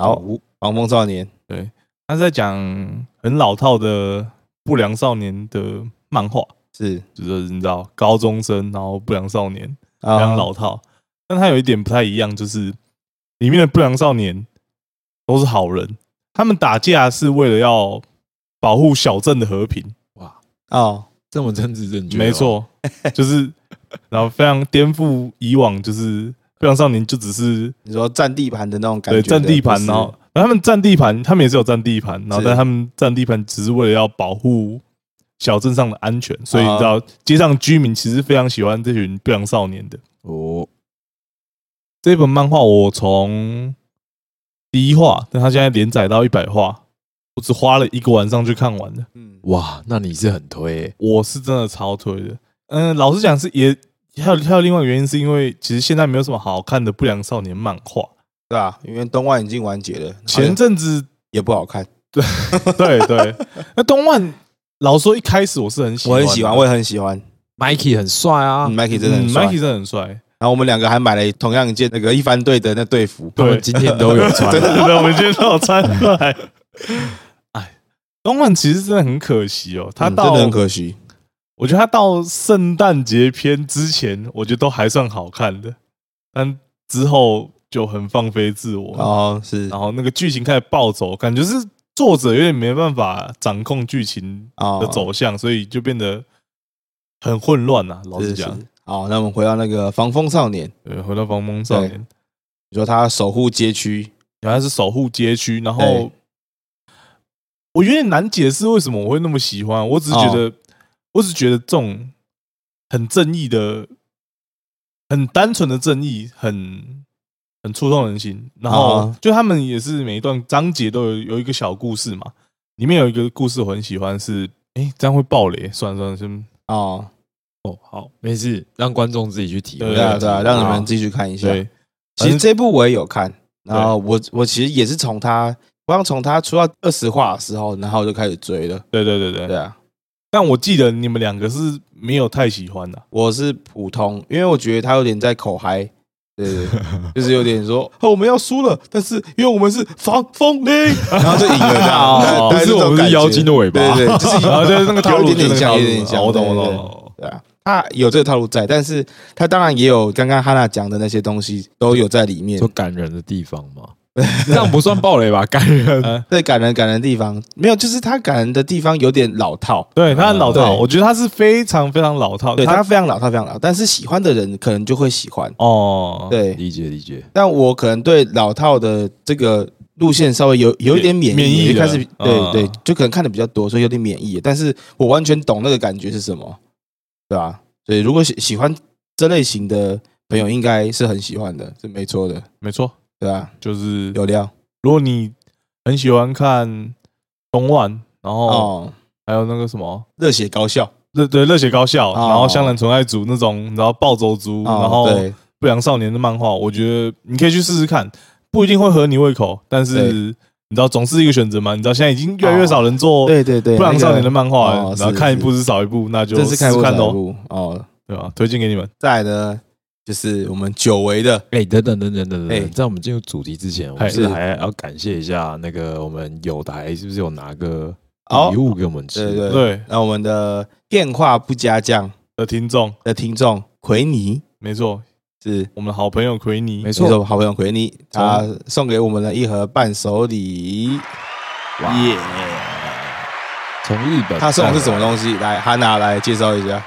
Speaker 3: 好，
Speaker 1: 嗯
Speaker 2: 哦
Speaker 3: 防风少年
Speaker 1: 他是在讲很老套的不良少年的漫画，
Speaker 3: 是
Speaker 1: 就是你知道高中生，然后不良少年，
Speaker 3: 啊
Speaker 1: 非常老套。但他有一点不太一样，就是里面的不良少年都是好人，他们打架是为了要保护小镇的和平。
Speaker 2: 哇，
Speaker 3: 哦，
Speaker 2: 这么政治正确，哦
Speaker 1: 没，错，就是然后非常颠覆以往，就是不良少年就只是
Speaker 3: 你说占地盘的那种感
Speaker 1: 对
Speaker 3: 觉的，
Speaker 1: 占地盘
Speaker 3: 不，是
Speaker 1: 然后然后他们占地盘，他们也是有占地盘，然后
Speaker 3: 是
Speaker 1: 但他们占地盘只是为了要保护小镇上的安全，所以
Speaker 3: 啊
Speaker 1: 你知道街上居民其实非常喜欢这群不良少年的。
Speaker 2: 哦，
Speaker 1: 这本漫画我从第一话，但它现在连载到一百话，我只花了一个晚上就看完了。
Speaker 3: 嗯，
Speaker 2: 哇，那你是很推欸，
Speaker 1: 我是真的超推的。嗯，老实讲是也还有还有另外一个原因，是因为其实现在没有什么好看的不良少年漫画。
Speaker 3: 对吧？因为东万已经完结了，
Speaker 1: 前
Speaker 3: 好像
Speaker 1: 阵子，
Speaker 3: 也不好看，哎
Speaker 1: 对
Speaker 3: [LAUGHS]
Speaker 1: 对，那东漫老实说一开始我是很喜
Speaker 3: 我
Speaker 1: 欢的，
Speaker 3: 很喜欢，我也很喜欢。
Speaker 2: Mikey 很帅啊，
Speaker 3: 嗯，Mikey 真的
Speaker 1: 嗯
Speaker 3: 很帅。
Speaker 1: ，Mikey 真的很帅。
Speaker 3: 然后我们两个还买了同样一件那个一番队的那队服，
Speaker 2: 他们
Speaker 1: 对
Speaker 2: 今天都有
Speaker 3: [LAUGHS]
Speaker 2: 穿
Speaker 1: 真。的真的，我们今天都有穿出来。 [LAUGHS] 哎，东漫其实真的很可惜哦，他
Speaker 3: 嗯
Speaker 1: 到
Speaker 3: 真的很可惜。
Speaker 1: 我觉得它到圣诞节篇之前，我觉得都还算好看的，但之后就很放飞自我，
Speaker 3: 哦，是
Speaker 1: 然后那个剧情开始暴走，感觉是作者有点没办法掌控剧情
Speaker 3: 哦
Speaker 1: 的走向，所以就变得很混乱呐、老实
Speaker 3: 是
Speaker 1: 讲
Speaker 3: 是，好，那我们回到那个防风少年，
Speaker 1: 对，回到防风少年，
Speaker 3: 你说他守护街区，
Speaker 1: 然后他是守护街区，然后
Speaker 3: 对
Speaker 1: 我有点难解释为什么我会那么喜欢，我只是觉得，
Speaker 3: 哦
Speaker 1: 我只觉得这种很正义的、很单纯的正义，很很触动人心。然后
Speaker 3: 啊
Speaker 1: 就他们也是每一段章节都有有一个小故事嘛，里面有一个故事我很喜欢是，诶这样会爆雷，算了算了，先
Speaker 3: 哦，
Speaker 2: 哦，好，没事，让观众自己去体会。
Speaker 1: 对
Speaker 3: 对啊，对啊，让你
Speaker 1: 好
Speaker 3: 们自己去看一下。
Speaker 1: 对
Speaker 3: 其实这部我也有看，然后我我其实也是从他，我想从他出到二十话的时候，然后我就开始追了。
Speaker 1: 对对对对
Speaker 3: 对啊，
Speaker 1: 但我记得你们两个是没有太喜欢的、
Speaker 3: 我是普通，因为我觉得他有点在口嗨，对
Speaker 2: [LAUGHS]
Speaker 3: 对对，就是有点说哦我们要输了，但是因为我们是防
Speaker 1: [LAUGHS]
Speaker 3: 风林，然后就赢了这样，
Speaker 2: 不哦是我们是妖精的
Speaker 3: 尾
Speaker 2: 尾巴，
Speaker 3: 对
Speaker 2: [LAUGHS]
Speaker 3: 对，就是
Speaker 1: 然后就是啊那个套路，
Speaker 3: 有一点点像
Speaker 1: 就
Speaker 3: 有
Speaker 1: 是
Speaker 3: 点
Speaker 1: 那个套路
Speaker 3: 点像
Speaker 1: 哦我懂，我懂
Speaker 3: 对对
Speaker 1: 我懂。
Speaker 3: 对啊，他有这个套路在，但是他当然也有刚刚哈娜讲的那些东西都有在里面
Speaker 2: 说，感人的地方嘛， [LAUGHS] 这样不算暴雷吧？ [LAUGHS] 感人
Speaker 1: 呃
Speaker 3: 对感人感人的地方没有，就是他感人的地方有点老套，
Speaker 1: 对，他很老套，
Speaker 3: 对
Speaker 1: 我觉得他是非常非常老套。
Speaker 3: 对
Speaker 1: 他
Speaker 3: 他非常老套非常老，但是喜欢的人可能就会喜欢，
Speaker 1: 哦，
Speaker 3: 对，
Speaker 2: 理解理解，
Speaker 3: 但我可能对老套的这个路线稍微有有一点免疫，
Speaker 1: 免疫
Speaker 3: 就开始
Speaker 1: 了
Speaker 3: 对对
Speaker 1: 嗯，
Speaker 3: 就可能看的比较多，所以有点免疫。但是我完全懂那个感觉是什么，对吧、所以如果喜喜欢这类型的朋友，应该是很喜欢的，是没错的，
Speaker 1: 没错，
Speaker 3: 对吧、
Speaker 1: 就是
Speaker 3: 有料
Speaker 1: 如果你很喜欢看东万，然后
Speaker 3: 哦，
Speaker 1: 还有那个什么。
Speaker 3: 热血高校，
Speaker 1: 对对，热血高校，
Speaker 3: 哦
Speaker 1: 然后香兰纯爱组那种，然后暴走族，
Speaker 3: 哦
Speaker 1: 然后
Speaker 3: 对
Speaker 1: 不良少年的漫画，我觉得你可以去试试看，不一定会合你胃口，但
Speaker 3: 对哦
Speaker 1: 是你知道总是一个选择嘛。你知道现在已经越来越少人做
Speaker 3: 对对对，
Speaker 1: 不良少年的漫画
Speaker 3: 那个
Speaker 1: 了
Speaker 3: 哦，
Speaker 1: 然后
Speaker 3: 是
Speaker 1: 看一
Speaker 3: 是
Speaker 1: 部是少一部，那就
Speaker 3: 那个真是看
Speaker 1: 试
Speaker 3: 过
Speaker 1: 试看
Speaker 3: 这
Speaker 1: 喽，
Speaker 3: 部哦。
Speaker 1: 对吧？推荐给你们。
Speaker 3: 再来呢，就是我们久违的
Speaker 2: 哎、等等等等等
Speaker 3: 哎
Speaker 2: 等，在我们进入主题之前，我
Speaker 1: 哎
Speaker 2: 们是不
Speaker 3: 是
Speaker 2: 是还要感谢一下那个我们友台是不是有拿个
Speaker 3: 哦
Speaker 2: 礼物给我们吃？
Speaker 3: 对对
Speaker 1: 对
Speaker 3: 那我们的电话不加酱
Speaker 1: 的听众，
Speaker 3: 的听众奎尼
Speaker 1: 没错，
Speaker 3: 是
Speaker 1: 我们的好朋友奎尼
Speaker 2: 没，
Speaker 3: 没
Speaker 2: 错，
Speaker 3: 错，好朋友奎尼，他送给我们了一盒伴手礼，耶！
Speaker 2: 从日本
Speaker 3: 他送的是什么
Speaker 2: 呢？
Speaker 3: 东西？来，哈娜来介绍一下。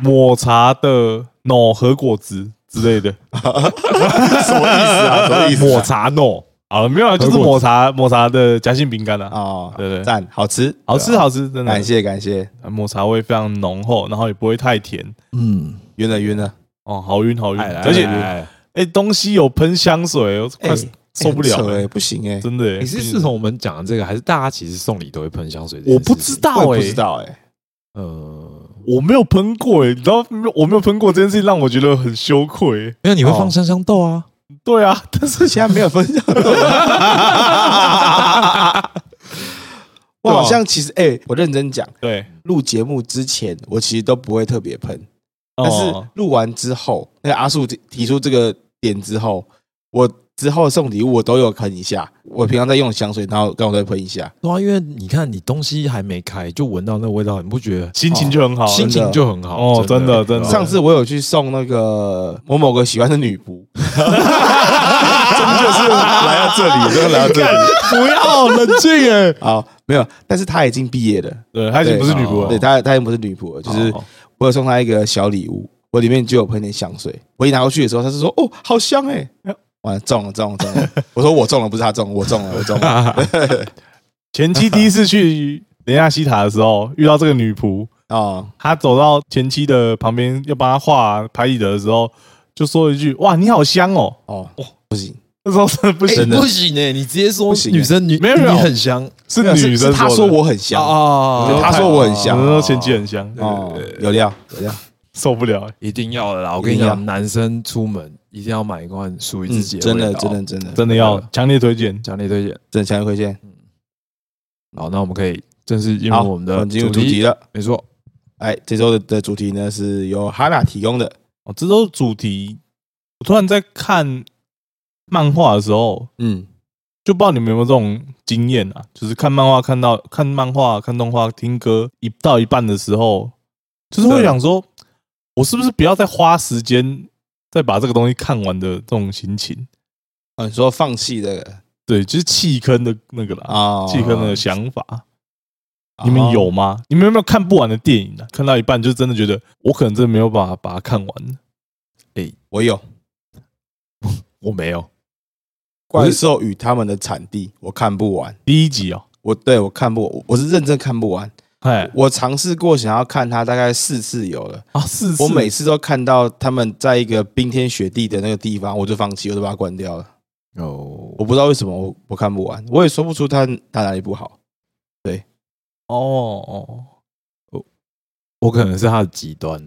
Speaker 1: 抹茶的脑和果汁之类的， [LAUGHS]
Speaker 3: 什么意思啊？什么意 [LAUGHS] 思啊？
Speaker 1: 抹茶诺。好了，没有啊，就是
Speaker 2: 和果子
Speaker 1: 抹茶抹茶的夹心饼干啊，
Speaker 3: 哦，
Speaker 1: 对对
Speaker 3: 赞，好吃，
Speaker 1: 好吃好吃，真的
Speaker 3: 感谢感谢，
Speaker 1: 啊抹茶味非常浓厚，然后也不会太甜
Speaker 2: 嗯，
Speaker 3: 晕了晕了，
Speaker 1: 哦，好晕好晕，
Speaker 2: 哎来
Speaker 1: 而且
Speaker 2: 来来来
Speaker 1: 哎东西有喷香水，我快受不了
Speaker 3: 哎很扯
Speaker 1: 了
Speaker 3: 哎，，不行哎，
Speaker 1: 真的哎，
Speaker 2: 你是自从我们讲的这个，还是大家其实送礼都会喷香水？
Speaker 1: 我不知，道
Speaker 3: 我
Speaker 1: 哎
Speaker 3: 也不，知道哎，
Speaker 2: 呃，
Speaker 1: 我没有喷过哎，你知道我没有喷过这件事情让我觉得很羞愧哎，
Speaker 2: 没有，你会放
Speaker 3: 哦
Speaker 2: 香香豆啊？
Speaker 1: 对啊， [LAUGHS] 但是
Speaker 3: [LAUGHS] 现在没有分 [LAUGHS] 享。我好像其实哎，我认真讲，
Speaker 1: 对，
Speaker 3: 录节目之前我其实都不会特别喷，但
Speaker 1: 哦
Speaker 3: 是录完之后，那个阿树提提出这个点之后，我之后送礼物我都有喷一下。我平常在用香水，然后刚好再喷一下。
Speaker 2: 对啊，因为你看你东西还没开，就闻到那味道，你不觉得
Speaker 1: 心情就很好，
Speaker 2: 哦心情就很好
Speaker 1: 哦真的真的
Speaker 3: 上次我有去送那个某某个喜欢的女
Speaker 1: [LAUGHS]
Speaker 3: 仆，
Speaker 1: 终究是来到这里，真的来到这
Speaker 3: [LAUGHS]
Speaker 1: 里，不要 [LAUGHS] 冷静哎。
Speaker 3: 啊，没有，但是她已经毕业了，
Speaker 1: 对，她已经不是女仆啊
Speaker 2: 哦
Speaker 1: 了，
Speaker 3: 对她她已经不是女仆了，就是
Speaker 1: 哦
Speaker 3: 我有送她一个小礼物，我里面就有喷点香水。我一拿过去的时候，她是说：“哦，好香哎、欸！”完了中了中了中了！我说我中了，不是她中了，我中了，我中了。
Speaker 1: 前妻第一次去雷亚西塔的时候，遇到这个女仆，
Speaker 3: 哦，
Speaker 1: 她走到前妻的旁边要帮她画排椅的时候，就说一句：“哇，你好香哦 [LAUGHS]
Speaker 3: 哦，！”
Speaker 1: 那时候真的不行
Speaker 2: 真的
Speaker 1: 了
Speaker 2: 不，行哎、你直接说
Speaker 3: 不行欸
Speaker 2: 女生女
Speaker 1: 没有没有
Speaker 2: 你很香
Speaker 1: 是
Speaker 3: 没有
Speaker 1: 女生
Speaker 3: 是她说
Speaker 1: 的
Speaker 3: 我很香
Speaker 2: 啊
Speaker 3: 他说我很香
Speaker 1: 我那时候前妻很香，
Speaker 3: 哦，有料有料，
Speaker 1: 受不了欸。
Speaker 2: 一定要的啦！我跟你
Speaker 3: 一定嗯
Speaker 2: 讲，男生出门一定要买一罐属于自己
Speaker 3: 真的
Speaker 2: 味道
Speaker 3: 真的真的
Speaker 1: 真的要强烈推荐，
Speaker 2: 强烈推荐。
Speaker 3: 真的强烈推荐。
Speaker 2: 好，那我们可以正式进入
Speaker 3: 好，
Speaker 2: 我们的
Speaker 3: 进入主题，了。
Speaker 2: 没错，
Speaker 3: 哎，这周的的主题呢是由哈娜提供的
Speaker 1: 哦，这周主题，我突然在看漫画的时候，
Speaker 3: 嗯，
Speaker 1: 就不知道你们有没有这种经验啊？就是看漫画看到看漫画、看动画、听歌一到一半的时候，就是会
Speaker 3: 对
Speaker 1: 想说，我是不是不要再花时间再把这个东西看完的这种心情？
Speaker 3: 哦，你说放弃这个
Speaker 1: 对，就是弃坑的那个啦，
Speaker 3: 啊？
Speaker 1: 弃坑的想法。你们有吗？你们有没有看不完的电影啊？看到一半就真的觉得我可能真的没有办法把它看完。
Speaker 3: 我有《
Speaker 2: 我没有，
Speaker 3: 怪兽与他们的产地》，我看不完。
Speaker 1: 第一集哦，
Speaker 3: 我对我看不，我我是认真看不完。
Speaker 1: 哎
Speaker 3: 我尝试过想要看它，大概四次有了。
Speaker 1: 啊，是
Speaker 3: 我
Speaker 1: 是
Speaker 3: 每次都看到他们在一个冰天雪地的那个地方，我就放弃，我就把它关掉了。
Speaker 2: 哦
Speaker 3: 我，不知道为什么我我看不完，我也说不出它它哪里不好。
Speaker 1: 哦哦
Speaker 2: 我可能是他的极端，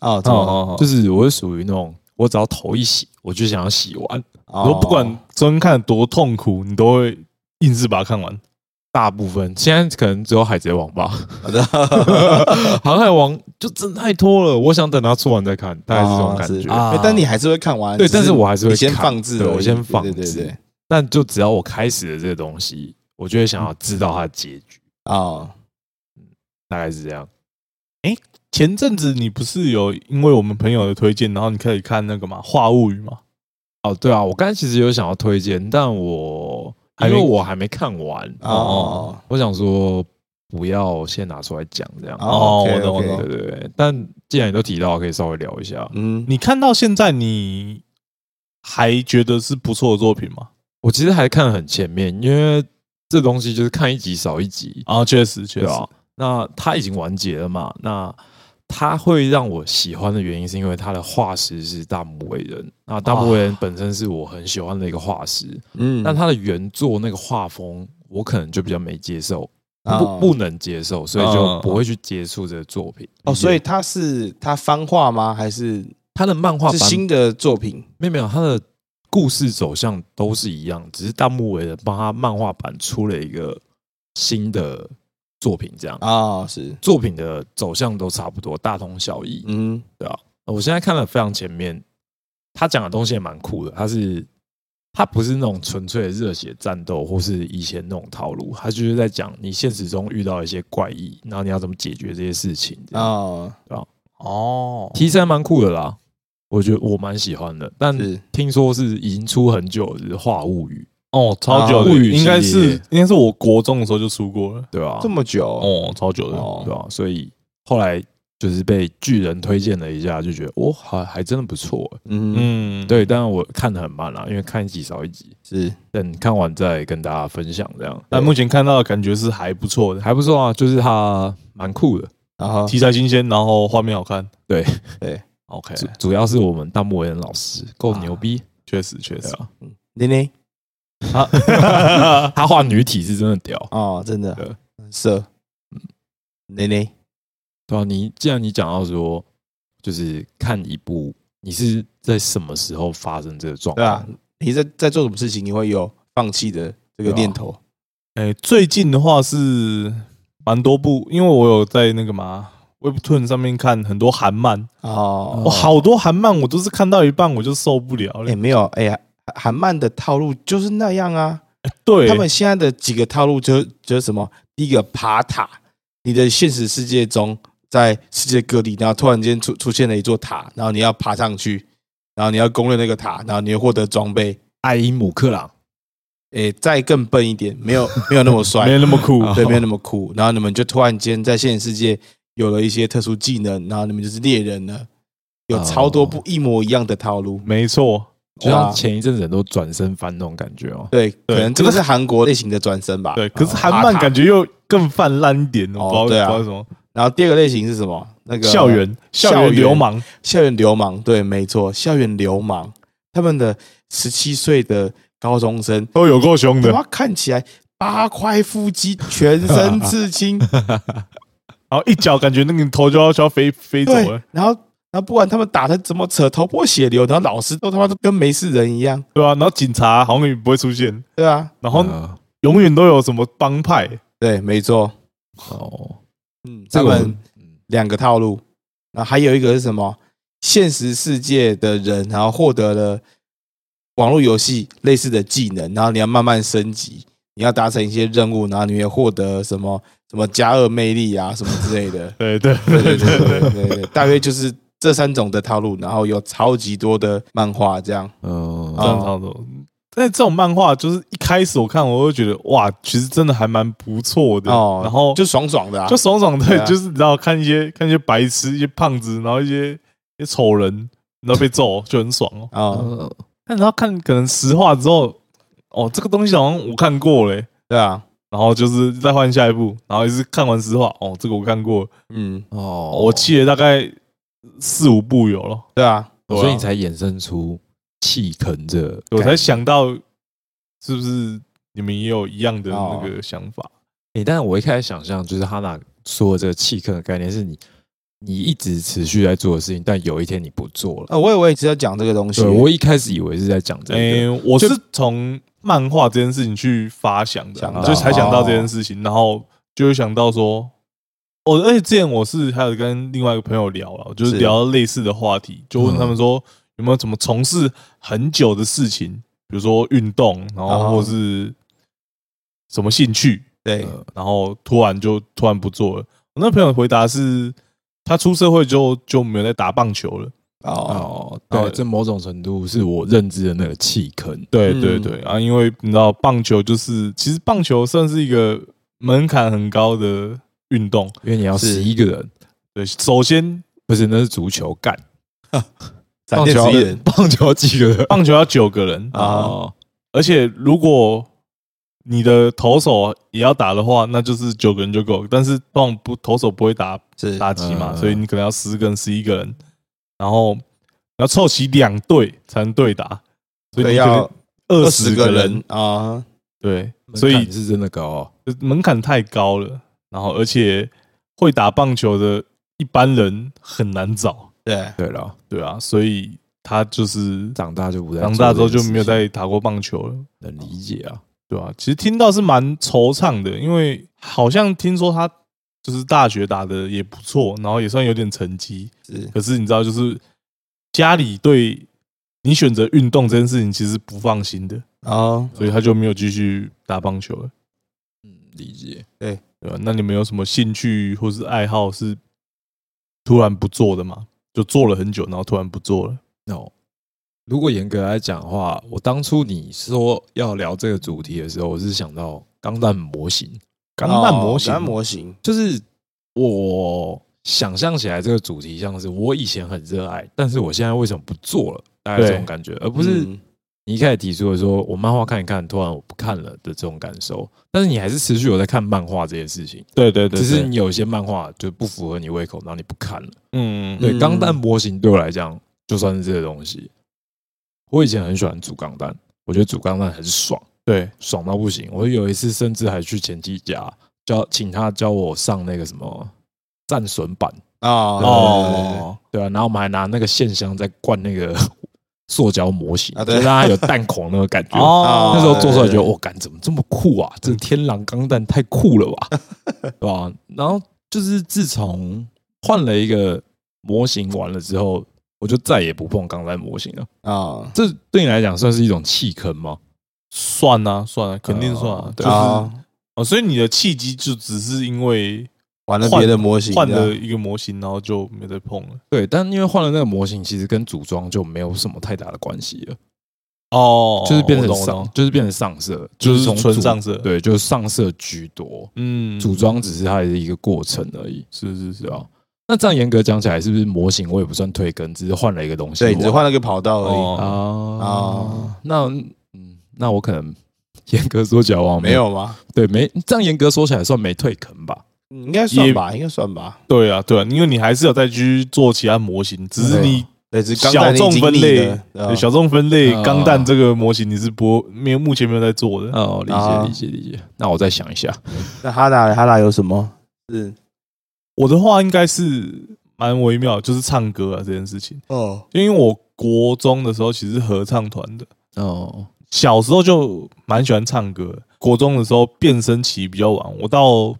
Speaker 3: 哦，
Speaker 1: 哦
Speaker 3: 怎么？
Speaker 1: 哦，
Speaker 2: 就。是我是属于那种我只要头一洗，我就想要洗完。
Speaker 3: 哦
Speaker 1: 我不管昨天看得多痛苦，你都会硬是把它看完。
Speaker 2: 大部分现在可能只有海贼王吧，
Speaker 3: 好的，
Speaker 2: 航海王就真的太拖了，我想等它出完再看，大概是这种感觉。
Speaker 3: 啊
Speaker 2: 啊
Speaker 3: 是欸但你还是会看完，
Speaker 2: 对，
Speaker 3: 只
Speaker 2: 但是我还是会
Speaker 3: 你先
Speaker 2: 看
Speaker 3: 放置而
Speaker 2: 对
Speaker 3: 已，
Speaker 2: 我先放
Speaker 3: 对对对
Speaker 2: 置
Speaker 3: 对。
Speaker 2: 但就只要我开始了这个东西，我就会想要知道它的结局，
Speaker 3: 啊，
Speaker 2: 大概是这样。
Speaker 1: 前阵子你不是有因为我们朋友的推荐，然后你开始看那个嘛《话物语》嘛？
Speaker 2: 哦，对啊，我刚才其实有想要推荐，但我
Speaker 1: 还
Speaker 2: 因
Speaker 1: 没
Speaker 2: 为我还没看完
Speaker 3: 哦，
Speaker 2: 我想说不要先拿出来讲这
Speaker 3: 啊
Speaker 2: 样。
Speaker 1: 哦
Speaker 3: ，OK，
Speaker 1: 我懂我
Speaker 3: OK
Speaker 1: 懂
Speaker 2: 对对对，但既然你都提到，可以稍微聊一下。
Speaker 3: 嗯，
Speaker 1: 你看到现在，你还觉得是不错的作品吗？
Speaker 2: 我其实还看很前面，因为这东西就是看一集少一集，
Speaker 1: 啊，确实确
Speaker 2: 对
Speaker 1: 实，
Speaker 2: 啊。那它已经完结了嘛？那它会让我喜欢的原因，是因为它的画师是大木伟人。那大木伟人本身是我很喜欢的一个画师，
Speaker 3: 嗯，
Speaker 2: 但他的原作那个画风，我可能就比较没接受，
Speaker 3: 哦
Speaker 2: 不不能接受，所以就不会去接触这个作品。
Speaker 3: 啊哦，所以他是他翻画吗？还是
Speaker 2: 他的漫画
Speaker 3: 是
Speaker 2: 版
Speaker 3: 新的作品？
Speaker 2: 没有没有，他的故事走向都是一样，只是大木伟人帮他漫画版出了一个新的作品，这样
Speaker 3: 啊、是，
Speaker 2: 作品的走向都差不多，大同小异。
Speaker 3: 嗯，
Speaker 2: 我现在看了非常前面，他讲的东西也蛮酷的。他是他不是那种纯粹的热血战斗，或是以前那种套路，他就是在讲你现实中遇到一些怪异，然后你要怎么解决这些事情。
Speaker 3: 啊、
Speaker 2: 啊，
Speaker 1: 哦，
Speaker 2: 题材蛮酷的啦，我觉得我蛮喜欢的。但
Speaker 3: 是
Speaker 2: 听说是已经出很久了，就是《化物语
Speaker 1: 哦，超久
Speaker 3: 啊
Speaker 1: 的，
Speaker 2: 物语
Speaker 1: 应该
Speaker 2: 系列
Speaker 1: 是应该是我国中的时候就出过了，》，
Speaker 2: 对吧、啊？
Speaker 3: 这么久哦，
Speaker 1: 哦，超久的，
Speaker 2: 对吧、啊？所以后来就是被巨人推荐了一下，就觉得哦，还还真的不错。欸
Speaker 3: 嗯，
Speaker 1: 嗯，
Speaker 2: 对，但我看的很慢啦，因为看一集少一集。
Speaker 3: 是，
Speaker 2: 等看完再跟大家分享，这样
Speaker 1: 但目前看到的感觉是还不错的，
Speaker 2: 还不错啊，就是它蛮酷的，
Speaker 3: 然后
Speaker 1: 题材新鲜，然后画面好看。
Speaker 2: 对
Speaker 3: 对
Speaker 1: ，OK，
Speaker 2: 主主要是我们大木人老师够牛逼，
Speaker 1: 确实确
Speaker 2: 对
Speaker 1: 实，
Speaker 2: 啊，
Speaker 3: 妮妮，
Speaker 2: 他画女体是真的屌，
Speaker 3: 哦，真的
Speaker 2: 对
Speaker 3: 很色，嗯妮妮，
Speaker 2: 对啊，你既然你讲到说，就是看一部，你是在什么时候发生这个状
Speaker 3: 对
Speaker 2: 况？
Speaker 3: 吧、啊？你在在做什么事情，你会有放弃的这个念头？
Speaker 1: 哎，最近的话是蛮多部，因为我有在那个嘛 Webtoon 上面看很多韩漫，
Speaker 3: 哦，
Speaker 1: 我好多韩漫我都是看到一半我就受不了
Speaker 3: 也、
Speaker 1: 了。
Speaker 3: 没有，哎、呀，韩漫的套路就是那样啊。
Speaker 1: 对，
Speaker 3: 他们现在的几个套路就就是什么，第一个爬塔，你的现实世界中在世界各地，然后突然间出出现了一座塔，然后你要爬上去，然后你要攻略那个塔，然后你会获得装备。
Speaker 2: 爱因姆克朗，
Speaker 3: 诶，再更笨一点，没
Speaker 1: [LAUGHS]
Speaker 3: 有没有那么帅，
Speaker 1: 没那么酷，
Speaker 3: 对，没有那么酷。然后你们就突然间在现实世界有了一些特殊技能，然后你们就是猎人了，有超多不一模一样的套路。
Speaker 1: 没错，
Speaker 2: 就像
Speaker 3: 哇
Speaker 2: 前一阵子很多转身翻那种感觉哦，
Speaker 3: 对，可
Speaker 1: 哦对
Speaker 3: 能这个是韩国类型的转身吧。
Speaker 1: 对。可是
Speaker 3: 啊
Speaker 1: 韩
Speaker 3: 爬
Speaker 1: 漫
Speaker 3: 塔
Speaker 1: 感觉又更泛滥一点，我
Speaker 3: 哦
Speaker 1: 不知
Speaker 3: 对啊
Speaker 1: 道不知道什么
Speaker 3: 然后第二个类型是什么？那个
Speaker 1: 校园校
Speaker 3: 校
Speaker 1: 园
Speaker 3: 园
Speaker 1: 流氓，
Speaker 3: 校园流氓，对，没错，校园流氓，他们的十七岁的高
Speaker 1: [LAUGHS]
Speaker 3: 中生，
Speaker 1: 都有够凶
Speaker 3: 他
Speaker 1: 的。
Speaker 3: 妈看起来八块腹肌，全身刺青，
Speaker 1: 然后一脚感觉那个头就要就要飞飞走
Speaker 3: 对
Speaker 1: 了，，
Speaker 3: 然后然后不管他们打的怎么扯，头破血流，然后老师都他妈都跟没事人一样，
Speaker 1: 对吧、啊然后警察好像也不会出现，
Speaker 3: 对啊，
Speaker 1: 然后
Speaker 2: 呃
Speaker 1: 永远都有什么帮派，。
Speaker 3: 对，没错，
Speaker 2: 哦，
Speaker 3: 嗯，
Speaker 2: 这
Speaker 3: 他
Speaker 2: 个我
Speaker 3: 们
Speaker 2: 们嗯
Speaker 3: 两个套路，然后还有一个是什么？现实世界的人，然后获得了网络游戏类似的技能，然后你要慢慢升级，你要达成一些任务，然后你也获得什么什么加二魅力啊什么之类 [LAUGHS] 的
Speaker 1: 对对
Speaker 3: 对
Speaker 1: 对
Speaker 3: 对
Speaker 1: 对对
Speaker 3: 对对对对，大约就是这三种的套路，然后有超级多的漫画这样。
Speaker 2: 嗯
Speaker 1: 这
Speaker 3: 哦
Speaker 1: 样差不多。但这种漫画就是一开始我看，我就觉得哇，其实真的还蛮不错的。
Speaker 3: 哦
Speaker 1: 然后就
Speaker 3: 就爽爽的啊，
Speaker 1: 就爽爽的，
Speaker 3: 对啊
Speaker 1: 就是你知道看一些看一些白痴、一些胖子，然后一些一些丑人，然后被揍就很爽哦。
Speaker 3: 哦，
Speaker 2: 呃
Speaker 1: 但然后看可能实话之后，哦，这个东西好像我看过嘞。
Speaker 3: 对啊，
Speaker 1: 然后就是再换下一部，然后也是看完实话，哦，这个我看过，
Speaker 3: 嗯，
Speaker 2: 哦，
Speaker 1: 我记得大概四五部有了，
Speaker 3: 对啊，
Speaker 1: 对啊
Speaker 2: 所以你才衍生出弃坑这个概
Speaker 1: 我
Speaker 2: 念，
Speaker 1: 才想到是不是你们也有一样的
Speaker 3: 哦
Speaker 1: 那个想法？
Speaker 2: 诶，但是我一开始想象就是哈娜说的这个弃坑的概念，是你你一直持续在做的事情，但有一天你不做了。
Speaker 3: 呃，我以为只有讲这个东西
Speaker 2: 对，我一开始以为是在讲这
Speaker 1: 诶、
Speaker 2: 个，
Speaker 1: 我
Speaker 2: 就是
Speaker 1: 从漫画这件事情去发想的
Speaker 3: 想
Speaker 1: 啊，
Speaker 3: 到
Speaker 1: 就才想到这件事情，然后就会想到说，我、而且之前我是还有跟另外一个朋友聊了，就是
Speaker 3: 是
Speaker 1: 聊到类似的话题，就问他们说、有没有怎么从事很久的事情，比如说运动，然
Speaker 3: 啊
Speaker 1: 后或是什么兴趣，
Speaker 3: 对
Speaker 1: 呃然后突然就突然不做了。我那朋友的回答是，他出社会就就没有在打棒球了。
Speaker 3: 哦，
Speaker 2: 哦，
Speaker 1: 对
Speaker 2: 对，这某种程度是我认知的那个弃坑。
Speaker 1: 对
Speaker 3: 嗯
Speaker 1: 对对、啊，因为你知道棒球就是，其实棒球算是一个门槛很高的运动。
Speaker 2: 因为你要
Speaker 3: 是
Speaker 2: 十一个人，
Speaker 1: 对，首先
Speaker 2: 不是那是足球干，
Speaker 3: 闪
Speaker 2: 棒
Speaker 3: 电
Speaker 2: 球
Speaker 3: 十一人
Speaker 2: [LAUGHS] 棒球几
Speaker 1: [LAUGHS]
Speaker 2: 个人
Speaker 1: 棒球要九个人，
Speaker 3: 啊
Speaker 2: 哦，
Speaker 1: 而且如果你的投手也要打的话，那就是九个人就够。但是棒不投手不会打
Speaker 3: 是
Speaker 1: 打击嘛，
Speaker 2: 嗯
Speaker 1: 所以你可能要十个人、十一个人，然后你要凑齐两队才能对打，所以
Speaker 3: 对
Speaker 1: 你可能
Speaker 3: 要
Speaker 1: 二
Speaker 3: 二十
Speaker 1: 十
Speaker 3: 个
Speaker 1: 个
Speaker 3: 人
Speaker 1: 人，
Speaker 3: 啊，
Speaker 1: 对，
Speaker 2: 门
Speaker 1: 所以
Speaker 2: 槛是真的高哦。
Speaker 1: 就是门槛太高了，然后而且会打棒球的一般人很难找，
Speaker 3: 对，
Speaker 2: 对了，
Speaker 1: 对啊，所以他就是
Speaker 2: 长大就不再
Speaker 1: 长大之后就没有
Speaker 2: 再
Speaker 1: 再打过棒球了，
Speaker 2: 能理解啊。
Speaker 1: 对啊，其实听到是蛮惆怅的，因为好像听说他就是大学打的也不错，然后也算有点成绩，
Speaker 3: 是
Speaker 1: 可是你知道，就是家里对你选择运动这件事情其实不放心的，
Speaker 3: 哦，
Speaker 1: 所以他就没有继续打棒球了。
Speaker 2: 嗯，理解。
Speaker 1: 对吧？那你们有什么兴趣或是爱好是突然不做的吗？就做了很久，然后突然不做了。
Speaker 2: No，如哦果严格来讲的话，我当初你说要聊这个主题的时候，我是想到钢弹模型，
Speaker 1: 钢弹模型
Speaker 3: 钢弹哦模型
Speaker 2: 就是我想象起来这个主题像是我以前很热爱，但是我现在为什么不做了？大概这种
Speaker 1: 对
Speaker 2: 感觉，而不是
Speaker 3: 嗯
Speaker 2: 你一开始提出的说我漫画看一看，突然我不看了的这种感受。但是你还是持续有在看漫画这件事情，
Speaker 1: 对对对
Speaker 2: 只是
Speaker 1: 对，
Speaker 2: 你有一些漫画就不符合你胃口，然后你不看了。
Speaker 1: 嗯，
Speaker 2: 对，
Speaker 3: 嗯
Speaker 2: 钢弹模型对我来讲就算是这个东西。我以前很喜欢组钢弹，我觉得组钢弹很爽，
Speaker 1: 对，
Speaker 2: 爽到不行。我有一次甚至还去前妻家教，请他教我上那个什么战损版，
Speaker 3: 哦
Speaker 1: 嗯哦，
Speaker 2: 啊对啊，然后我们还拿那个线香在灌那个 [LAUGHS] 塑胶模型，
Speaker 3: 啊
Speaker 2: 就
Speaker 3: 对
Speaker 2: 让它有弹孔那个感
Speaker 3: [LAUGHS]
Speaker 2: 觉。
Speaker 1: 哦，
Speaker 2: 啊那时候做出来觉得，
Speaker 3: 对对对
Speaker 2: 我干怎么这么酷啊！
Speaker 1: 嗯
Speaker 2: 这天狼钢弹太酷了
Speaker 1: [LAUGHS]
Speaker 2: 吧，对吧？然后就是自从换了一个模型玩了之后，我就再也不碰钢弹模型了。
Speaker 3: 对对对哦
Speaker 2: 这对你来讲算是一种弃坑吗？
Speaker 1: 算啊算啊，肯定算啊
Speaker 2: 哦，
Speaker 1: 就是
Speaker 3: 啊
Speaker 1: 哦，所以你的契机就只是因为
Speaker 3: 玩了别的模型啊
Speaker 1: 换
Speaker 3: 这
Speaker 1: 了
Speaker 3: 样
Speaker 1: 一个模型，然后就没再碰了。
Speaker 2: 对，但因为换了那个模型，其实跟组装就没有什么太大的关系了，
Speaker 1: 哦，
Speaker 2: 就是变
Speaker 1: 我
Speaker 2: 成
Speaker 1: 懂我
Speaker 2: 上
Speaker 1: 懂，
Speaker 2: 就是变成上色，
Speaker 1: 就是
Speaker 2: 从
Speaker 1: 纯
Speaker 2: 组
Speaker 1: 上色
Speaker 2: 对，就是上色居多，
Speaker 1: 嗯，
Speaker 2: 组装只是它的一个过程而已，
Speaker 1: 是是是
Speaker 2: 对啊吧？那这样严格讲起来，是不是模型我也不算退坑，只是换了一个东西玩？
Speaker 3: 对，只换了个跑道而
Speaker 1: 哦
Speaker 3: 已，
Speaker 2: 啊
Speaker 3: 啊
Speaker 2: 那嗯，那我可能严格说起来，我
Speaker 3: 没有吗？嗯
Speaker 2: 对没这样严格说起来算没退坑吧？
Speaker 3: 应该算吧，应该算吧。
Speaker 1: 对啊对啊，因为你还是有再去做其他模型，只是
Speaker 2: 对
Speaker 1: 你
Speaker 3: 对，只是钢
Speaker 1: 小
Speaker 3: 弹已经
Speaker 1: 众分
Speaker 3: 腻
Speaker 1: 类
Speaker 3: 了，对啊
Speaker 1: 对小众分类
Speaker 2: 啊
Speaker 1: 钢弹这个模型你是不没有目前没有在做的。
Speaker 2: 哦，理
Speaker 3: 啊
Speaker 2: 解理解理解。那我再想一下，
Speaker 3: 那哈达哈达有什么？是
Speaker 1: 我的话应该是蛮微妙，就是唱歌啊这件事情，
Speaker 3: 哦，
Speaker 1: 因为我国中的时候其实是合唱团的，
Speaker 2: 哦，
Speaker 1: 小时候就蛮喜欢唱歌的。国中的时候变声期比较晚，我到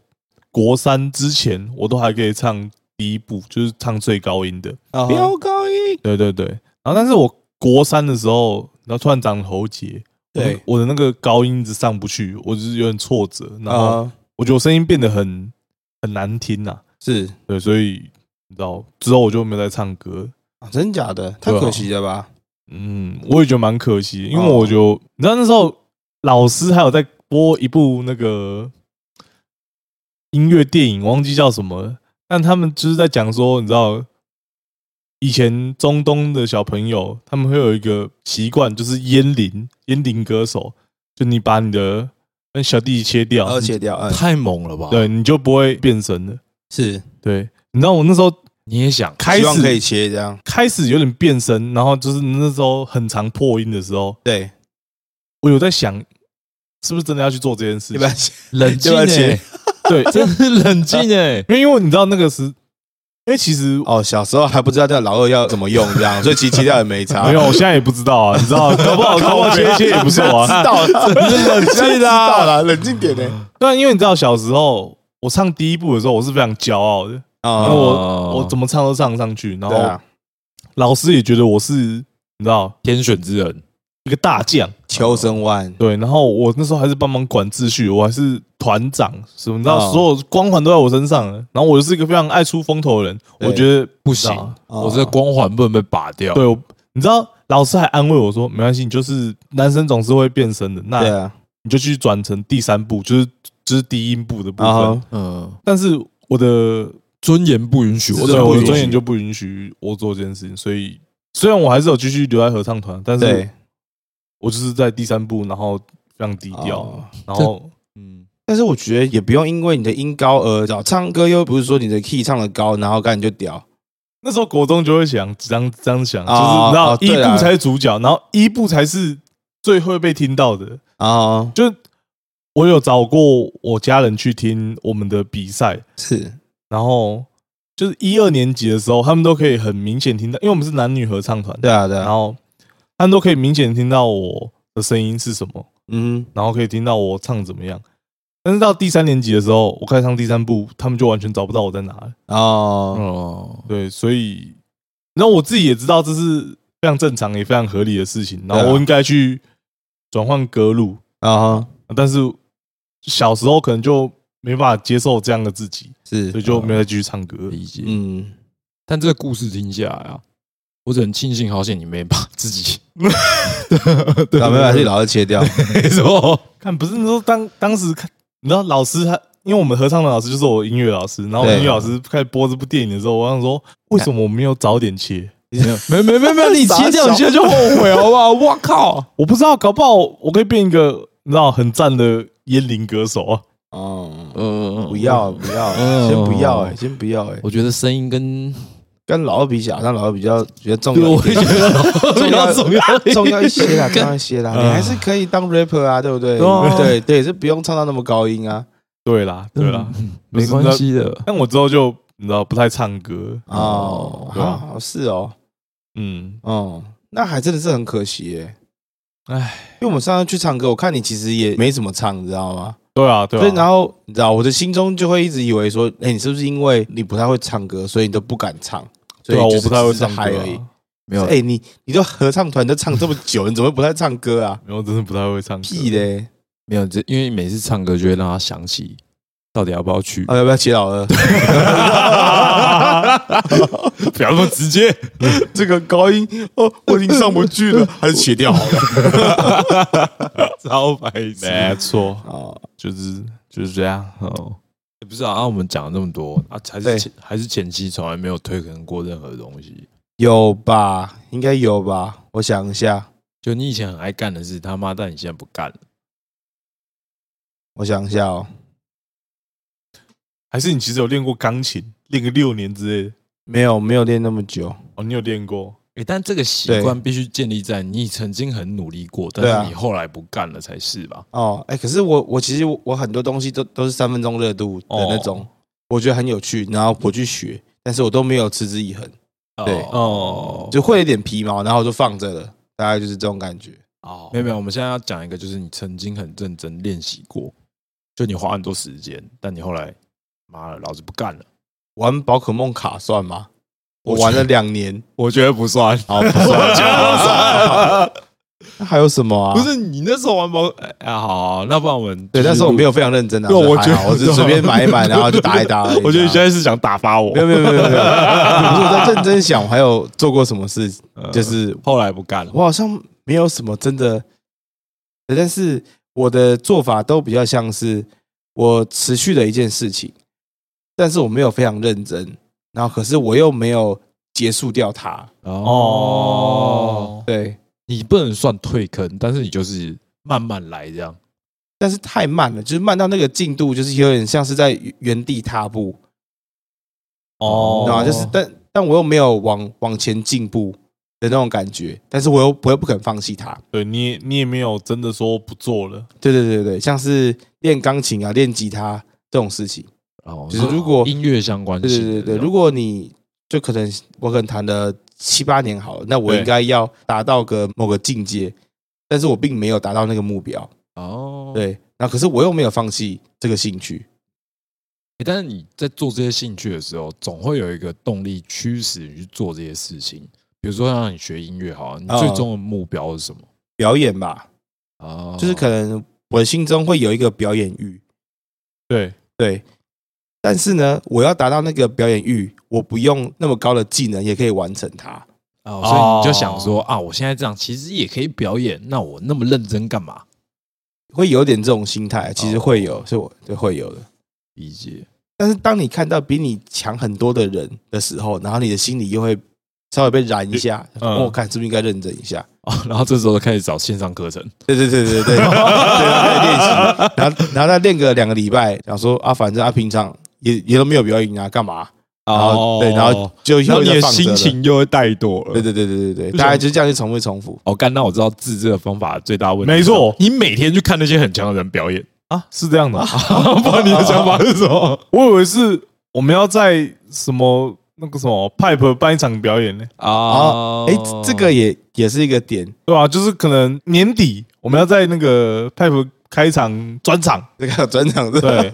Speaker 1: 国三之前我都还可以唱第一部，就是唱最高音的。
Speaker 3: 飙高音，
Speaker 1: 对对对，然后但是我国三的时候，然后突然长喉结，
Speaker 3: 对
Speaker 1: 我的，我的那个高音一直上不去，我就是有点挫折，然后
Speaker 3: 啊，
Speaker 1: 我觉得我声音变得很很难听呐、
Speaker 3: 是
Speaker 1: 对，所以你知道之后我就没有再唱歌，
Speaker 3: 啊真假的，太
Speaker 1: 对啊
Speaker 3: 可惜了吧？
Speaker 1: 嗯，我也觉得蛮可惜，因为
Speaker 3: 哦
Speaker 1: 我就、你知道那时候老师还有在播一部那个音乐电影，忘记叫什么了，但他们就是在讲说，你知道以前中东的小朋友他们会有一个习惯，就是烟龄烟龄歌手，就你把你的跟小弟弟切掉，
Speaker 3: 而
Speaker 1: 你
Speaker 3: 且掉，嗯，
Speaker 2: 太猛了吧？，
Speaker 1: 对你就不会变声了。
Speaker 3: 是
Speaker 1: 对，你知道我那时候
Speaker 2: 你也想 [LAUGHS]
Speaker 1: 开
Speaker 3: 希望
Speaker 1: 始
Speaker 3: 可以切这样，
Speaker 1: 开始有点变声，然后就是那时候很常破音的时候。
Speaker 3: 对，
Speaker 1: 我有在想，是不是真的要去做这件事
Speaker 3: 一
Speaker 1: 情？
Speaker 3: 般
Speaker 2: 冷静
Speaker 3: 对不
Speaker 2: 哎
Speaker 3: 起，
Speaker 1: 对，，
Speaker 2: [LAUGHS] 真的冷静哎
Speaker 1: 因为因为你知道那个时因为其实
Speaker 3: 哦，小时候还不知道这老二要怎么用，这 [LAUGHS] 样，所以其实切掉也没差。哦
Speaker 1: 没有，我现在也不知道啊，你知
Speaker 3: [LAUGHS]
Speaker 1: 道，搞不好搞不好切一切也不错
Speaker 3: 知
Speaker 1: 啊。
Speaker 3: 道了，冷静啦，冷静点欸呢。
Speaker 1: 对啊，因为你知道小时候我唱第一部的时候，我是非常骄傲的，然后
Speaker 3: 哦，
Speaker 2: 哦
Speaker 1: 我我怎么唱都唱得上去，然
Speaker 3: 对
Speaker 1: 后
Speaker 3: 啊，
Speaker 1: 老师也觉得我是你知道
Speaker 2: 天选之人，
Speaker 1: 一个大将，
Speaker 3: 求生万
Speaker 1: 对，然后我那时候还是帮忙管秩序，我还是团长，什么你知道，
Speaker 3: 哦
Speaker 1: 所有光环都在我身上了。然后我就是一个非常爱出风头的人，
Speaker 3: 对
Speaker 1: 我觉得
Speaker 2: 不
Speaker 1: 知道
Speaker 2: 行，
Speaker 3: 哦
Speaker 2: 我这个光环不能被拔掉。
Speaker 1: 对，我你知道，老师还安慰我说，没关系，你就是男生总是会变身的，
Speaker 3: 对
Speaker 1: 那
Speaker 3: 啊，
Speaker 1: 你就去转成第三步，就是就是低音部的部
Speaker 3: 然
Speaker 1: 分
Speaker 3: 后。
Speaker 2: 嗯，
Speaker 1: 但是我的
Speaker 2: 尊严不允许，我
Speaker 1: 我
Speaker 2: 真
Speaker 1: 对
Speaker 2: 的不
Speaker 1: 我的
Speaker 2: 允许
Speaker 1: 尊严就不允许我做这件事情，所以虽然我还是有继续留在合唱团，但是
Speaker 3: 对，
Speaker 1: 我就是在第三步，然后非常低调，
Speaker 3: 哦
Speaker 1: 然后
Speaker 2: 嗯，
Speaker 3: 但是我觉得也不用因为你的音高而找唱歌，又不是说你的 key 唱的高，然后干你就屌。
Speaker 1: 那时候国中就会想这样这样想，
Speaker 3: 哦
Speaker 1: 就是你知道
Speaker 3: 哦
Speaker 1: 一
Speaker 3: 对啊
Speaker 1: 部才是主角，然后一部才是最会被听到的。
Speaker 3: 哦，
Speaker 1: 就我有找过我家人去听我们的比赛，
Speaker 3: 是
Speaker 1: 然后就是一二年级的时候，他们都可以很明显听到，因为我们是男女合唱团，
Speaker 3: 对啊，对
Speaker 1: 然
Speaker 3: 啊，
Speaker 1: 后他们都可以明显听到我的声音是什么。
Speaker 3: 嗯，
Speaker 1: 然后可以听到我唱怎么样。但是到第三年级的时候，我开始唱第三部，他们就完全找不到我在哪了。
Speaker 3: 哦，
Speaker 2: 哦，
Speaker 1: 对，所以，然后我自己也知道这是非常正常也非常合理的事情，然后
Speaker 3: 对啊
Speaker 1: 我应该去转换歌路，
Speaker 3: 哦，
Speaker 1: 但是小时候可能就没办法接受这样的自己，
Speaker 3: 是
Speaker 1: 所以，就没有再继续唱歌。
Speaker 2: 理解。
Speaker 3: 嗯，
Speaker 2: 但这个故事听下来啊，我只能庆幸，好险你没把自己
Speaker 3: 对啊，没把这老二切 [LAUGHS] 掉。
Speaker 2: 什
Speaker 3: 哦
Speaker 2: 么
Speaker 1: 看，不是说当当时看，你知道老师他，因为我们合唱的老师就是我音乐老师，然后我
Speaker 3: 对
Speaker 1: 音乐老师开始播这部电影的时候，我想说，为什么我没有早点切？
Speaker 2: 没没没没，你切掉你现在就后悔好不好？我靠！
Speaker 1: 我不知道，搞不好我可以变一个你知道很赞的烟林歌手啊！
Speaker 3: 哦，
Speaker 2: 呃，
Speaker 3: 不要，不要，
Speaker 2: 嗯
Speaker 3: 先不要，哎，先不要，哎，
Speaker 2: 我觉得声音跟
Speaker 3: 跟老二比起来，那老二比较比较重
Speaker 2: 对，
Speaker 3: 要
Speaker 2: 我
Speaker 3: 一
Speaker 2: 也觉
Speaker 3: 点，
Speaker 2: 得老
Speaker 3: 重要
Speaker 2: 重要
Speaker 3: 重要一些啦，重
Speaker 2: 跟
Speaker 3: 要一些啦，你还是可以当 rapper 啊，对不对？
Speaker 2: 对啊
Speaker 3: 对对，是不用唱到那么高音啊。
Speaker 1: 对啦，对啦，，
Speaker 2: 嗯
Speaker 1: 不
Speaker 2: 没
Speaker 1: 是
Speaker 2: 关系的。
Speaker 1: 但我之后就你知道不太唱歌，
Speaker 3: 哦，
Speaker 1: 对啊
Speaker 3: 好是哦，
Speaker 1: 嗯，
Speaker 3: 哦，那还真的是很可惜耶。
Speaker 1: 唉，
Speaker 3: 因为我们上次去唱歌，我看你其实也没怎么唱，你知道吗？
Speaker 1: 对啊，对
Speaker 3: 所以然
Speaker 1: 啊，
Speaker 3: 后你知道，我的心中就会一直以为说，哎，你是不是因为你不太会唱歌，所以你都不敢唱？所
Speaker 1: 对
Speaker 3: 以
Speaker 1: 啊，
Speaker 3: 就
Speaker 1: 我
Speaker 3: 是
Speaker 1: 不太会
Speaker 3: 只是
Speaker 1: 唱歌
Speaker 3: 嗨而已
Speaker 1: 啊。。
Speaker 2: 没有
Speaker 3: 哎、你你都合唱团都唱这么久，你怎么会不太唱歌啊？
Speaker 1: 没有，真的不太会唱歌。
Speaker 3: [LAUGHS] 屁嘞！
Speaker 2: 没有，这因为每次唱歌就会让他想起到底要不要
Speaker 3: [LAUGHS]
Speaker 2: 去。
Speaker 3: 啊，要不要切老二？
Speaker 2: 不要那么直接，
Speaker 3: 这个高音哦， [LAUGHS] 我已经上不
Speaker 2: [LAUGHS]
Speaker 3: 去了，还是切掉
Speaker 2: 哎
Speaker 3: 好了。
Speaker 2: 超白
Speaker 1: 哎没错，
Speaker 3: 哦，
Speaker 1: 就是就是这样。
Speaker 2: 哦，不是啊，啊我们讲了那么多啊，还
Speaker 3: 对
Speaker 2: 是前还是前期从来没有推坑过任何东西。
Speaker 3: 有吧？应该有吧？我想一下，
Speaker 2: 就你以前很爱干的事，他妈但你现在不干了。
Speaker 3: 我想一下哦，
Speaker 1: 还是你其实有练过钢琴，练个六年之类的？
Speaker 3: 没有没有练那么久。
Speaker 1: 哦，你有练过？
Speaker 2: 诶，哎但这个习惯必须建立在你曾经很努力过，
Speaker 3: 对啊
Speaker 2: 但是你后来不干了才是吧？
Speaker 3: 哦，哎、可是我我其实我我很多东西都都是三分钟热度的那种，我觉得很有趣，然后我去学，但是我都没有持之以恒，对
Speaker 2: 哦，
Speaker 3: 就会有点皮毛，然后我就放着了，大概就是这种感觉。
Speaker 1: 哦
Speaker 2: 没有没有，我们现在要讲一个，就是你曾经很认真练习过，就你花很多时间，但你后来妈了，老子不干了。
Speaker 3: 玩宝可梦卡算吗？
Speaker 2: 我
Speaker 3: 我
Speaker 2: 觉得
Speaker 3: 玩了两年，
Speaker 2: 我觉得不算，
Speaker 3: 好，不算，不算。那还有什么
Speaker 2: [LAUGHS] [LAUGHS]
Speaker 3: 啊？
Speaker 2: 不，是你那时候玩宝，哎、啊好啊那不然我们
Speaker 3: 对，
Speaker 2: 继续
Speaker 3: 那时候我
Speaker 2: 录
Speaker 3: 没有非常认真啊，
Speaker 2: 对
Speaker 3: 所以
Speaker 2: 我
Speaker 3: 还
Speaker 2: 觉得啊
Speaker 3: 好我只是随便买
Speaker 2: [LAUGHS]
Speaker 3: 一买，然后就打一打而已。
Speaker 2: 我觉得你
Speaker 3: 这
Speaker 2: 现
Speaker 3: 样
Speaker 2: 在是想打发我
Speaker 3: 没，有没有没有没
Speaker 2: [LAUGHS]
Speaker 3: 有，没有不是我在认真想，我还有做过什么事，就是
Speaker 2: 嗯后来不干了。
Speaker 3: 我好像没有什么真的，但是我的做法都比较像是我持续的一件事情，但是我没有非常认真，然后可是我又没有结束掉它。
Speaker 1: 哦，
Speaker 3: 对，
Speaker 2: 你不能算退坑，但是你就是慢慢来这样。
Speaker 3: 但是太慢了，就是慢到那个进度，就是有点像是在原地踏步，
Speaker 1: 哦
Speaker 3: 你知道吗？啊就是但但我又没有往往前进步的那种感觉，但是我又我又不肯放弃它。
Speaker 1: 对你也你也没有真的说不做了。
Speaker 3: 对对对对，像是练钢琴啊、练吉他这种事情。
Speaker 2: 哦，
Speaker 3: 就是如果
Speaker 2: 音乐相关
Speaker 3: 对
Speaker 2: 性
Speaker 3: 对
Speaker 2: 的
Speaker 3: 对对，
Speaker 2: 这种，
Speaker 3: 如果你就可能我可能谈了七八年好了，那我
Speaker 1: 对
Speaker 3: 应该要达到个某个境界，但是我并没有达到那个目标，
Speaker 2: 哦，诶。
Speaker 3: 对，那可是我又没有放弃这个兴趣，
Speaker 2: 欸但是你在做这些兴趣的时候，总会有一个动力驱使你去做这些事情。比如说，让你学音乐，好了，你
Speaker 3: 哦
Speaker 2: 最终的目标是什么？
Speaker 3: 表演吧，
Speaker 2: 哦，
Speaker 3: 就是可能我心中会有一个表演欲，
Speaker 1: 对，
Speaker 3: 对，但是呢，我要达到那个表演欲，我不用那么高的技能也可以完成它，
Speaker 2: 哦，所以你就想说啊，我现在这样其实也可以表演，那我那么认真干嘛？
Speaker 3: 会有点这种心态，其实会有，是我对会有的。
Speaker 2: 理解， [LAUGHS]
Speaker 3: 但是当你看到比你强很多的人的时候，然后你的心里又会稍微被燃一下，
Speaker 1: 嗯
Speaker 3: 我、看是不是应该认真一下？
Speaker 2: 哦，然后这时候开始找线上课程，
Speaker 3: 对对对对对对，对然后再练习，然后然后再练个两个礼拜，想说啊，反正啊平常也也都没有表演啊，干嘛？然
Speaker 1: 哦
Speaker 3: 后、哦对，然后就
Speaker 1: 然后
Speaker 3: 又
Speaker 1: 你
Speaker 3: 再
Speaker 1: 的
Speaker 3: 放着
Speaker 1: 心
Speaker 3: 了，
Speaker 1: 情又会怠惰
Speaker 3: 对
Speaker 1: 了。
Speaker 3: 对对对对对，
Speaker 1: 就想
Speaker 3: 大概就是这样去重复重复。
Speaker 2: 哦，干，那我知道治这个方法最大问题。
Speaker 1: 没错
Speaker 2: 你每天去看那些很强的人表演，
Speaker 1: 啊，是这样的啊，
Speaker 2: 不然你的想法是什
Speaker 3: [LAUGHS]
Speaker 2: 么？
Speaker 1: 我以为是我们要在什么那个什么 pipe 办一场表演呢，
Speaker 2: 啊
Speaker 3: 哦，哎、这个也也是一个点， [LAUGHS]
Speaker 1: 对吧、就是可能年底我们要在那个 pipe 开一场专场，
Speaker 3: 这个专场是
Speaker 1: 对，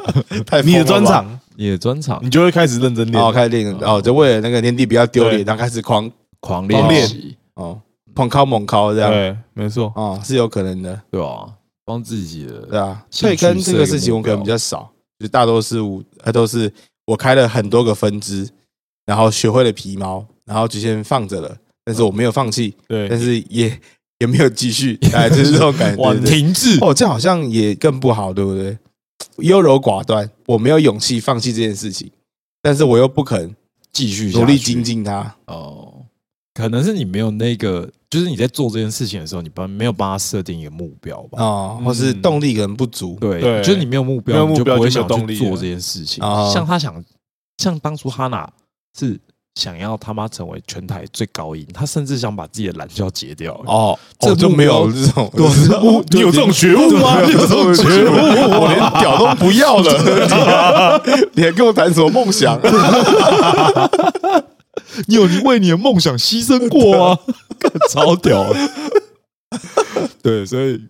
Speaker 3: 太疯了吧
Speaker 1: 你的专场，
Speaker 2: 你的专场
Speaker 1: 你就会开始认真
Speaker 3: 然后
Speaker 1: 练。
Speaker 3: 开始练，然后就为了那个年底不要丢脸，
Speaker 1: 对
Speaker 3: 然后开始狂
Speaker 2: 狂
Speaker 1: 狂
Speaker 2: 练
Speaker 1: 练
Speaker 2: 习，
Speaker 3: 哦狂敲猛敲这样
Speaker 1: 对，没错，
Speaker 3: 哦，是有可能的，
Speaker 2: 对吧？帮自己
Speaker 3: 对
Speaker 2: 的
Speaker 3: 啊。
Speaker 2: 兴
Speaker 3: 退
Speaker 2: 趣
Speaker 3: 坑这个事情我可能
Speaker 2: 设一个目标
Speaker 3: 比较少，就大多是我呃都是我开了很多个分支，然后学会了皮毛，然后就先放着了，但是我没有放弃，但
Speaker 1: 对，
Speaker 3: 是也也没有继续，哎，就是这种感觉。
Speaker 1: 哇
Speaker 3: 对对对
Speaker 2: 停滞，
Speaker 3: [LAUGHS] 哦，这样好像也更不好，对不对？优柔寡断，我没有勇气放弃这件事情，但是我又不肯
Speaker 2: 继续下去
Speaker 3: 努力精进它。
Speaker 2: 哦。可能是你没有那个，就是你在做这件事情的时候，你帮没有帮他设定一个目标吧？
Speaker 3: 哦，或是动力可能不足。
Speaker 2: 对，
Speaker 1: 对
Speaker 2: 就是你没有目标，
Speaker 1: 没有目
Speaker 2: 你就
Speaker 1: 标
Speaker 2: 不会
Speaker 1: 就没有
Speaker 2: 想
Speaker 1: 动
Speaker 2: 去
Speaker 1: 力
Speaker 2: 做
Speaker 1: 了哦
Speaker 2: 这件事情。
Speaker 3: 啊
Speaker 2: 像他想，像当初哈娜是想要他妈成为全台最高音，他甚至想把自己的懒觉截掉。哦，
Speaker 3: 哦，
Speaker 2: 这
Speaker 3: 这就
Speaker 2: 目标
Speaker 3: 没有这种，
Speaker 2: [LAUGHS] 对
Speaker 3: 就是
Speaker 2: 我
Speaker 1: 你有这种觉悟吗？你有
Speaker 3: [LAUGHS]
Speaker 1: 这种觉悟吗？
Speaker 3: 我连 [LAUGHS] 屌都不要了， [LAUGHS] 你还跟我谈什么梦 [LAUGHS] 想？
Speaker 2: 你有为你的梦想牺牲过
Speaker 3: [LAUGHS]
Speaker 2: 啊， [LAUGHS] 干超屌的。对，所以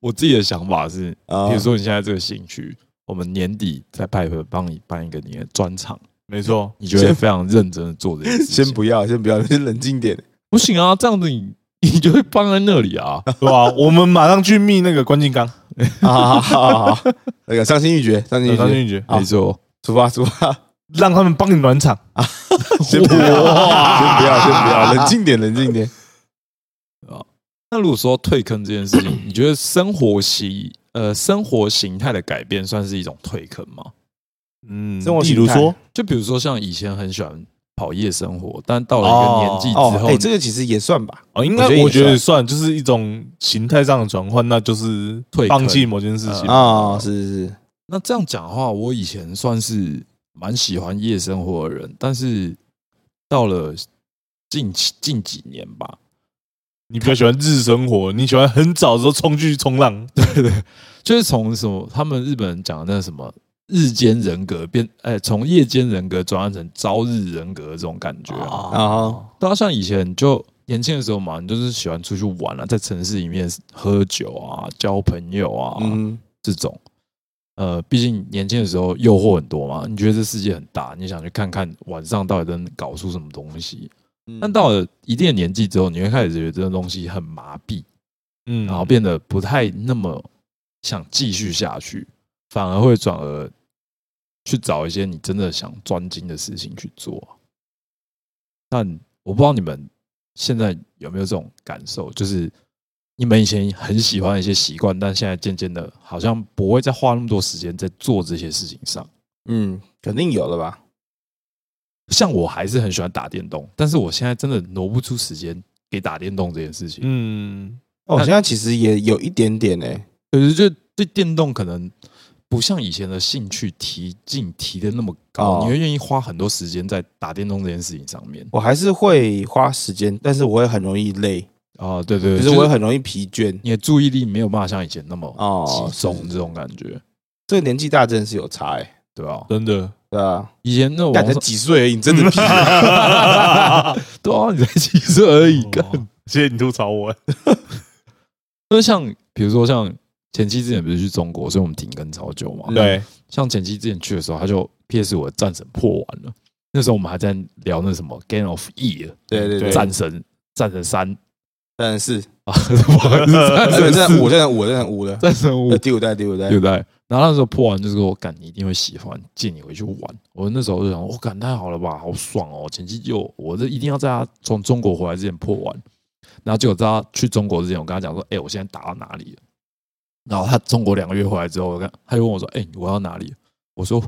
Speaker 2: 我自己的想法是，
Speaker 3: 啊
Speaker 2: 比如说你现在这个兴趣，我们年底在派合帮你办一个你的专场，
Speaker 1: 没错，
Speaker 2: 你就会非常认真的做这件事情。
Speaker 3: 先不要，先不要，先冷静点。
Speaker 2: 不行啊，这样子你 [LAUGHS] 你就会放在那里啊。
Speaker 1: 对吧、我们马上去密那个关进刚，
Speaker 3: 好啊好好好，那个伤心欲绝，伤心欲
Speaker 1: 张
Speaker 3: 绝，
Speaker 1: 俊杰，
Speaker 3: 好
Speaker 2: 没错，
Speaker 3: 出发 [LAUGHS] 出发，
Speaker 1: 让他们帮你暖场。
Speaker 3: 先不要，先不要，先不 [LAUGHS] 要，冷静点，冷静点。
Speaker 2: 那如果说退坑这件事情，你觉得生活习呃生活形态的改变算是一种退坑吗？
Speaker 1: 嗯，
Speaker 3: 生活
Speaker 1: 比
Speaker 3: 形态
Speaker 1: 如说，
Speaker 2: 就比如说像以前很喜欢跑夜生活，但到了一个年纪之
Speaker 3: 哦，
Speaker 2: 后，
Speaker 3: 哎，这个其实也算吧，
Speaker 1: 哦，应该
Speaker 3: 我觉得也
Speaker 1: 我觉得也算，就是一种形态上的转换，那就是
Speaker 2: 退坑
Speaker 1: 放弃某件事情
Speaker 2: 嗯
Speaker 1: 啊。
Speaker 3: 啊，是是是，
Speaker 2: 那这样讲的话，我以前算是蛮喜欢夜生活的人，但是到了近期近几年吧，
Speaker 1: 你比较喜欢日生活，你喜欢很早的时候冲去冲浪，
Speaker 2: 就是从什么他们日本人讲的那什么日间人格变，哎、从夜间人格转换成朝日人格这种感觉啊。
Speaker 3: 然后
Speaker 2: 对啊，像以前就年轻的时候嘛，你就是喜欢出去玩啊，在城市里面喝酒啊、交朋友啊、
Speaker 3: 嗯，
Speaker 2: 这种。呃，毕竟年轻的时候诱惑很多嘛，你觉得这世界很大，你想去看看晚上到底能搞出什么东西。
Speaker 3: 嗯
Speaker 2: 但到了一定的年纪之后，你会开始觉得这个东西很麻痹，
Speaker 1: 嗯，
Speaker 2: 然后变得不太那么想继续下去，反而会转而去找一些你真的想专精的事情去做。但我不知道你们现在有没有这种感受，就是你们以前很喜欢一些习惯，但现在渐渐的，好像不会再花那么多时间在做这些事情上。
Speaker 3: 嗯，肯定有的吧？
Speaker 2: 像我还是很喜欢打电动，但是我现在真的挪不出时间给打电动这件事情。
Speaker 1: 嗯，
Speaker 3: 哦，现在其实也有一点点欸诶，
Speaker 2: 可是就对电动可能不像以前的兴趣提进提的那么高，
Speaker 3: 哦
Speaker 2: 你会愿意花很多时间在打电动这件事情上面
Speaker 3: 我还是会花时间，但是我会很容易累，
Speaker 2: 啊、对对
Speaker 3: 就
Speaker 2: 对，
Speaker 3: 是我会很容易疲倦。
Speaker 2: 你的注意力没有办法像以前那么
Speaker 3: 哦
Speaker 2: 集中
Speaker 3: 是
Speaker 2: 这种感觉。
Speaker 3: 这个年纪大真的是有差哎、
Speaker 2: 对吧、
Speaker 1: 真的，
Speaker 3: 对啊，
Speaker 2: 以前那种
Speaker 3: 干
Speaker 2: 网
Speaker 3: 才
Speaker 2: 上
Speaker 3: 几岁而已，你真
Speaker 2: [LAUGHS]
Speaker 3: 的屁啊
Speaker 2: 对啊，你才几岁而
Speaker 1: 哦
Speaker 2: 已，哎干
Speaker 1: 谢谢你吐槽我。
Speaker 2: 那像比如说像前期之前不是去中国，所以我们停更超久嘛。
Speaker 1: 对，
Speaker 2: 像前期之前去的时候，他就 PS 五的战神破完了，那时候我们还在聊那什么 Game of E
Speaker 3: 对对对，
Speaker 2: 战神战神三
Speaker 3: 当
Speaker 2: [LAUGHS]
Speaker 3: 然是，
Speaker 2: 啊，
Speaker 3: [LAUGHS]
Speaker 2: 什么战
Speaker 3: 真
Speaker 2: 神
Speaker 3: 的
Speaker 2: 四
Speaker 3: 五，真的五，真的五了，
Speaker 2: 战神五
Speaker 3: 呃第五代，第五代
Speaker 2: 对，不对？然后那时候破完就是我干，你一定会喜欢，借你回去玩。我那时候就想，我、哦、干太好了吧，好爽哦！前期就我这一定要在他从中国回来之前破完。然后结果在他去中国之前，我跟他讲说，哎、我现在打到哪里了？然后他中国两个月回来之后，我跟他就问我说，哎、你玩到哪里了？我说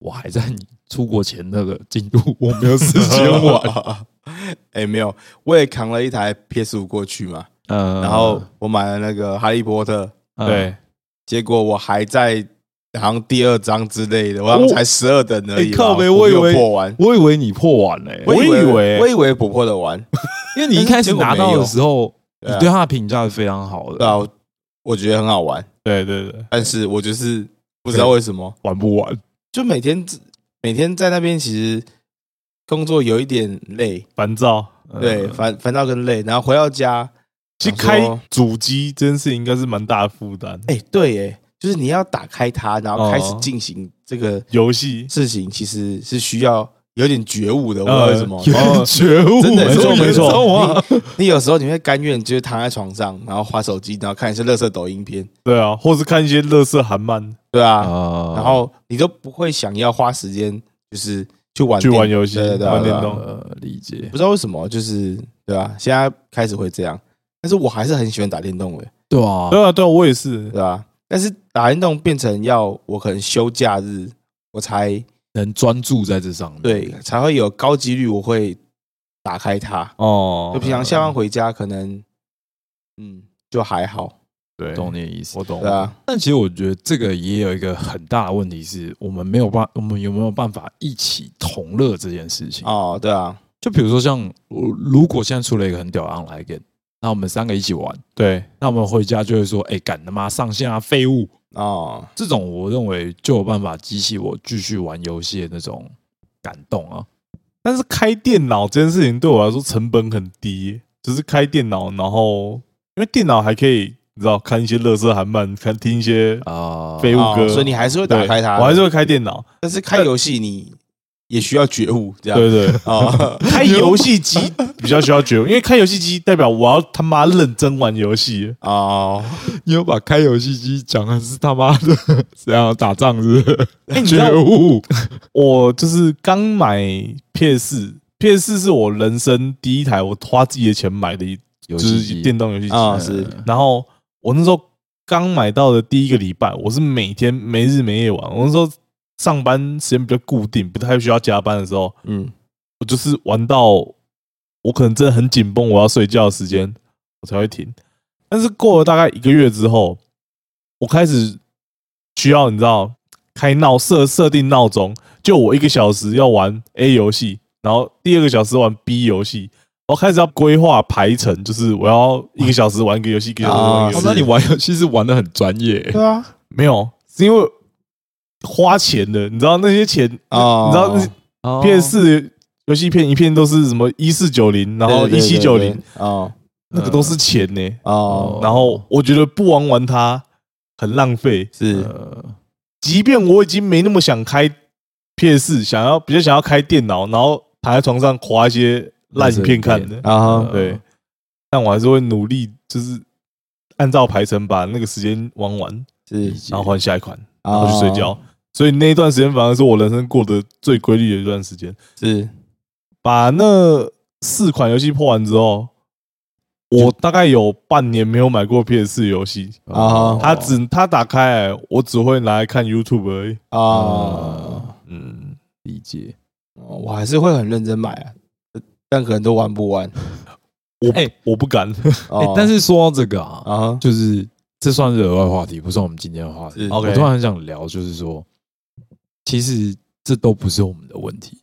Speaker 2: 我还在你出国前那个进度，我没有时间玩。
Speaker 3: 玩。 [LAUGHS] 哎，没有，我也扛了一台 PS 五过去嘛，
Speaker 2: 嗯，
Speaker 3: [LAUGHS] 然后我买了那个《哈利波特》，
Speaker 2: 嗯
Speaker 1: 对，
Speaker 3: 结果我还在好像第二章之类的，我好像才十二等而已
Speaker 2: 哦哎
Speaker 3: 吧。
Speaker 2: 靠北
Speaker 3: 我
Speaker 2: 我以
Speaker 3: 没有
Speaker 2: 为
Speaker 3: 破完，
Speaker 2: 我以为你破完了、欸
Speaker 1: 我以为
Speaker 3: 我以为我破的完，
Speaker 2: 因为你一开始拿到的时候，你
Speaker 3: 对啊
Speaker 2: 对他的评价是非常好的。
Speaker 3: 对啊，我我觉得很好玩，
Speaker 1: 对对对，
Speaker 3: 但是我就是不知道为什么，
Speaker 2: 玩不完，
Speaker 3: 就每天每天在那边其实工作有一点累，
Speaker 1: 烦躁。
Speaker 2: 嗯
Speaker 3: 对，烦烦躁跟累，然后回到家，
Speaker 1: 其
Speaker 3: 想
Speaker 1: 实
Speaker 3: 说
Speaker 1: 开主机这件事情应该是蛮大的负担。
Speaker 3: 哎，对，哎，就是你要打开它，然后开始
Speaker 1: 哦
Speaker 3: 进行这个
Speaker 1: 游戏
Speaker 3: 事情，其实是需要有点觉悟的，我不
Speaker 2: 嗯
Speaker 3: 知道为什么。
Speaker 1: 呃有
Speaker 3: 然后
Speaker 1: 点觉悟，
Speaker 3: [LAUGHS] 真的
Speaker 1: 没错没 [LAUGHS] 错，
Speaker 3: 你你有时候你会甘愿就是躺在床上，然后划手机，然后看一些乐色抖音片，
Speaker 1: 对啊，或是看一些乐色韩漫
Speaker 3: 对啊，
Speaker 2: 啊
Speaker 1: 哦
Speaker 3: 然后你都不会想要花时间就是去玩
Speaker 1: 去
Speaker 3: 电
Speaker 1: 玩游戏
Speaker 3: 对对对啊
Speaker 1: 玩
Speaker 3: 对
Speaker 1: 电
Speaker 3: 啊
Speaker 1: 动
Speaker 2: 呃理解
Speaker 3: 不，知道为什么，就是对啊，现在开始会这样，但是我还是很喜欢打电动的，欸
Speaker 2: 对啊，
Speaker 1: 对啊对啊，我也是
Speaker 3: 对啊，但是打电动变成要我可能休假日我才
Speaker 2: 能专注在这上面，
Speaker 3: 对才会有高几率我会打开它，
Speaker 1: 哦
Speaker 3: 就平常下班回家可能嗯就还好，
Speaker 1: 对，
Speaker 2: 懂你的意思。
Speaker 1: 我懂
Speaker 3: 对啊，
Speaker 2: 但其实我觉得这个也有一个很大的问题，是我们没有办，我们有没有办法一起同乐这件事情？
Speaker 3: 哦对啊，
Speaker 2: 就比如说像，呃如果现在出了一个很屌的 online game，那我们三个一起玩，
Speaker 1: 对
Speaker 2: 那我们回家就会说，哎，干他妈上线啊，废物！
Speaker 3: 哦
Speaker 2: 这种我认为就有办法激起我继续玩游戏的那种感动啊。
Speaker 1: 但是开电脑这件事情对我来说成本很低耶，就是开电脑，然后因为电脑还可以，你知道看一些乐色韩漫，看听一些
Speaker 2: 啊，
Speaker 1: 废物
Speaker 3: 哦
Speaker 1: 歌，
Speaker 3: 所以你还是会打
Speaker 1: 对
Speaker 3: 开它，
Speaker 1: 我还是会开电脑，
Speaker 3: 但是开游戏你也需要觉悟，这样
Speaker 1: 对对， [LAUGHS]
Speaker 3: 哦，
Speaker 1: 开游戏机比较需要觉悟，因为开游戏机代表我要他妈认真玩游戏，
Speaker 3: 哦，
Speaker 2: 你有把开游戏机讲的是他妈的 [LAUGHS] 怎样打仗是不 [LAUGHS] 是？
Speaker 1: 哎你知道
Speaker 2: 觉悟
Speaker 1: 我就是刚买 PS 4 PS 4是我人生第一台我花自己的钱买的一，
Speaker 2: 游
Speaker 1: 就是电动游戏机。
Speaker 3: 啊是
Speaker 1: 然后我那时候刚买到的第一个礼拜，我是每天没日没夜玩。我那时候上班时间比较固定，不太需要加班的时候，
Speaker 3: 嗯，
Speaker 1: 我就是玩到我可能真的很紧绷，我要睡觉的时间，我才会停。但是过了大概一个月之后，我开始需要你知道开闹设设定闹钟，就我一个小时要玩 A 游戏，然后第二个小时玩 B 游戏，我开始要规划排程，就是我要一个小时玩一个游戏，一个小时玩一个游
Speaker 2: 哦
Speaker 1: 戏。
Speaker 2: 那你玩游戏是玩的很专业、
Speaker 3: 对啊，
Speaker 1: 没有，是因为花钱的，你知道那些钱，
Speaker 3: 哦
Speaker 1: 你知道那些
Speaker 2: 哦
Speaker 1: PS 四游戏片一片都是什么一四九零，然后
Speaker 3: 对
Speaker 1: 一七九，
Speaker 3: 对对
Speaker 1: 零
Speaker 3: 对，哦
Speaker 1: 那个都是钱呢、
Speaker 3: 哦，
Speaker 1: 然后我觉得不玩玩它很浪费，
Speaker 3: 是
Speaker 2: 呃，
Speaker 1: 即便我已经没那么想开 PS，想要比较想要开电脑，然后躺在床上划一些烂影片看的，
Speaker 2: 啊
Speaker 3: 然
Speaker 2: 呃
Speaker 3: 后
Speaker 1: 对，但我还是会努力，就是按照排程把那个时间玩完，
Speaker 3: 是，
Speaker 2: 啊
Speaker 1: 然后换下一款，然
Speaker 3: 然
Speaker 1: 后去睡觉。所以那一段时间反而是我人生过得最规律的一段时间。
Speaker 3: 是
Speaker 1: 把那四款游戏破完之后，我大概有半年没有买过 PS 4游戏，
Speaker 2: 啊
Speaker 3: 哦
Speaker 1: 它只它打开来，我只会拿来看 YouTube 而已。
Speaker 3: 哦，
Speaker 1: 嗯，
Speaker 2: 理解。
Speaker 3: 我还是会很认真买啊，但可能都玩不完，
Speaker 1: 我
Speaker 2: 哎
Speaker 1: 我不敢。
Speaker 2: 哎、
Speaker 3: 哦
Speaker 2: 但是说到这个啊，
Speaker 3: 啊，
Speaker 2: 就是这算是额外话题，不算我们今天的话题。
Speaker 3: 是
Speaker 2: 我
Speaker 1: OK
Speaker 2: 突然很想聊，就是说，其实这都不是我们的问题，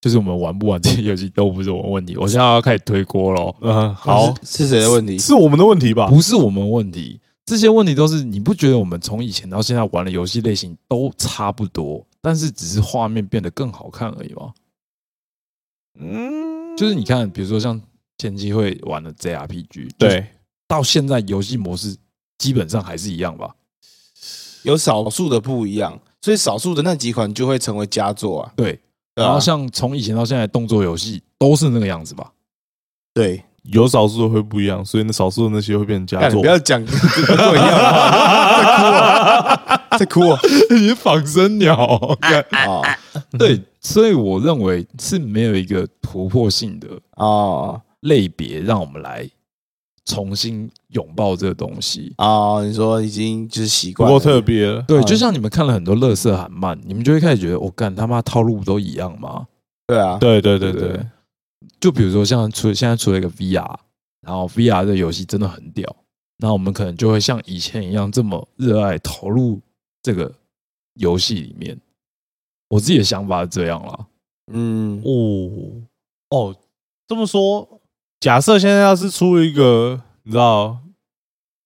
Speaker 2: 就是我们玩不玩这些游戏都不是我们的问题。我现在要开始推锅喽，
Speaker 1: [LAUGHS] 嗯，好，
Speaker 3: 是是谁的问题？
Speaker 1: 是我们的问题吧？
Speaker 2: 不是我们问题，这些问题都是你不觉得我们从以前到现在玩的游戏类型都差不多，但是只是画面变得更好看而已吗？
Speaker 1: 嗯，
Speaker 2: 就是你看，比如说像前期会玩的 JRPG，，就是
Speaker 1: 对，
Speaker 2: 到现在游戏模式基本上还是一样吧。
Speaker 3: 有少数的不一样，所以少数的那几款就会成为佳作啊。
Speaker 2: 对，
Speaker 3: 对啊
Speaker 2: 然后像从以前到现在的动作游戏都是那个样子吧？
Speaker 3: 对，
Speaker 1: 有少数的会不一样，所以那少数的那些会变成佳
Speaker 3: 干
Speaker 1: 作
Speaker 3: 不。要讲 [LAUGHS] 跟我一样的话， [LAUGHS] 在哭啊，在哭
Speaker 2: 你是仿生 [LAUGHS] 鸟，
Speaker 3: 啊！哦
Speaker 2: 对，所以我认为是没有一个突破性的
Speaker 3: 哦
Speaker 2: 类别让我们来重新拥抱这个东西。
Speaker 3: 哦，你说已经就是习
Speaker 1: 不
Speaker 3: 惯了，
Speaker 1: 够特别了，
Speaker 2: 对，
Speaker 3: 嗯
Speaker 2: 就像你们看了很多乐色韩漫，你们就会开始觉得，我、哦干他妈套路不都一样吗？
Speaker 3: 对啊，
Speaker 1: 对对对
Speaker 2: 对
Speaker 1: 对，
Speaker 2: 就比如说像出现在出了一个 VR，然后 VR 的游戏真的很屌，那我们可能就会像以前一样这么热爱投入这个游戏里面。我自己的想法是这样啦，
Speaker 3: 嗯，
Speaker 1: 哦哦，这么说，假设现在要是出一个，你知道，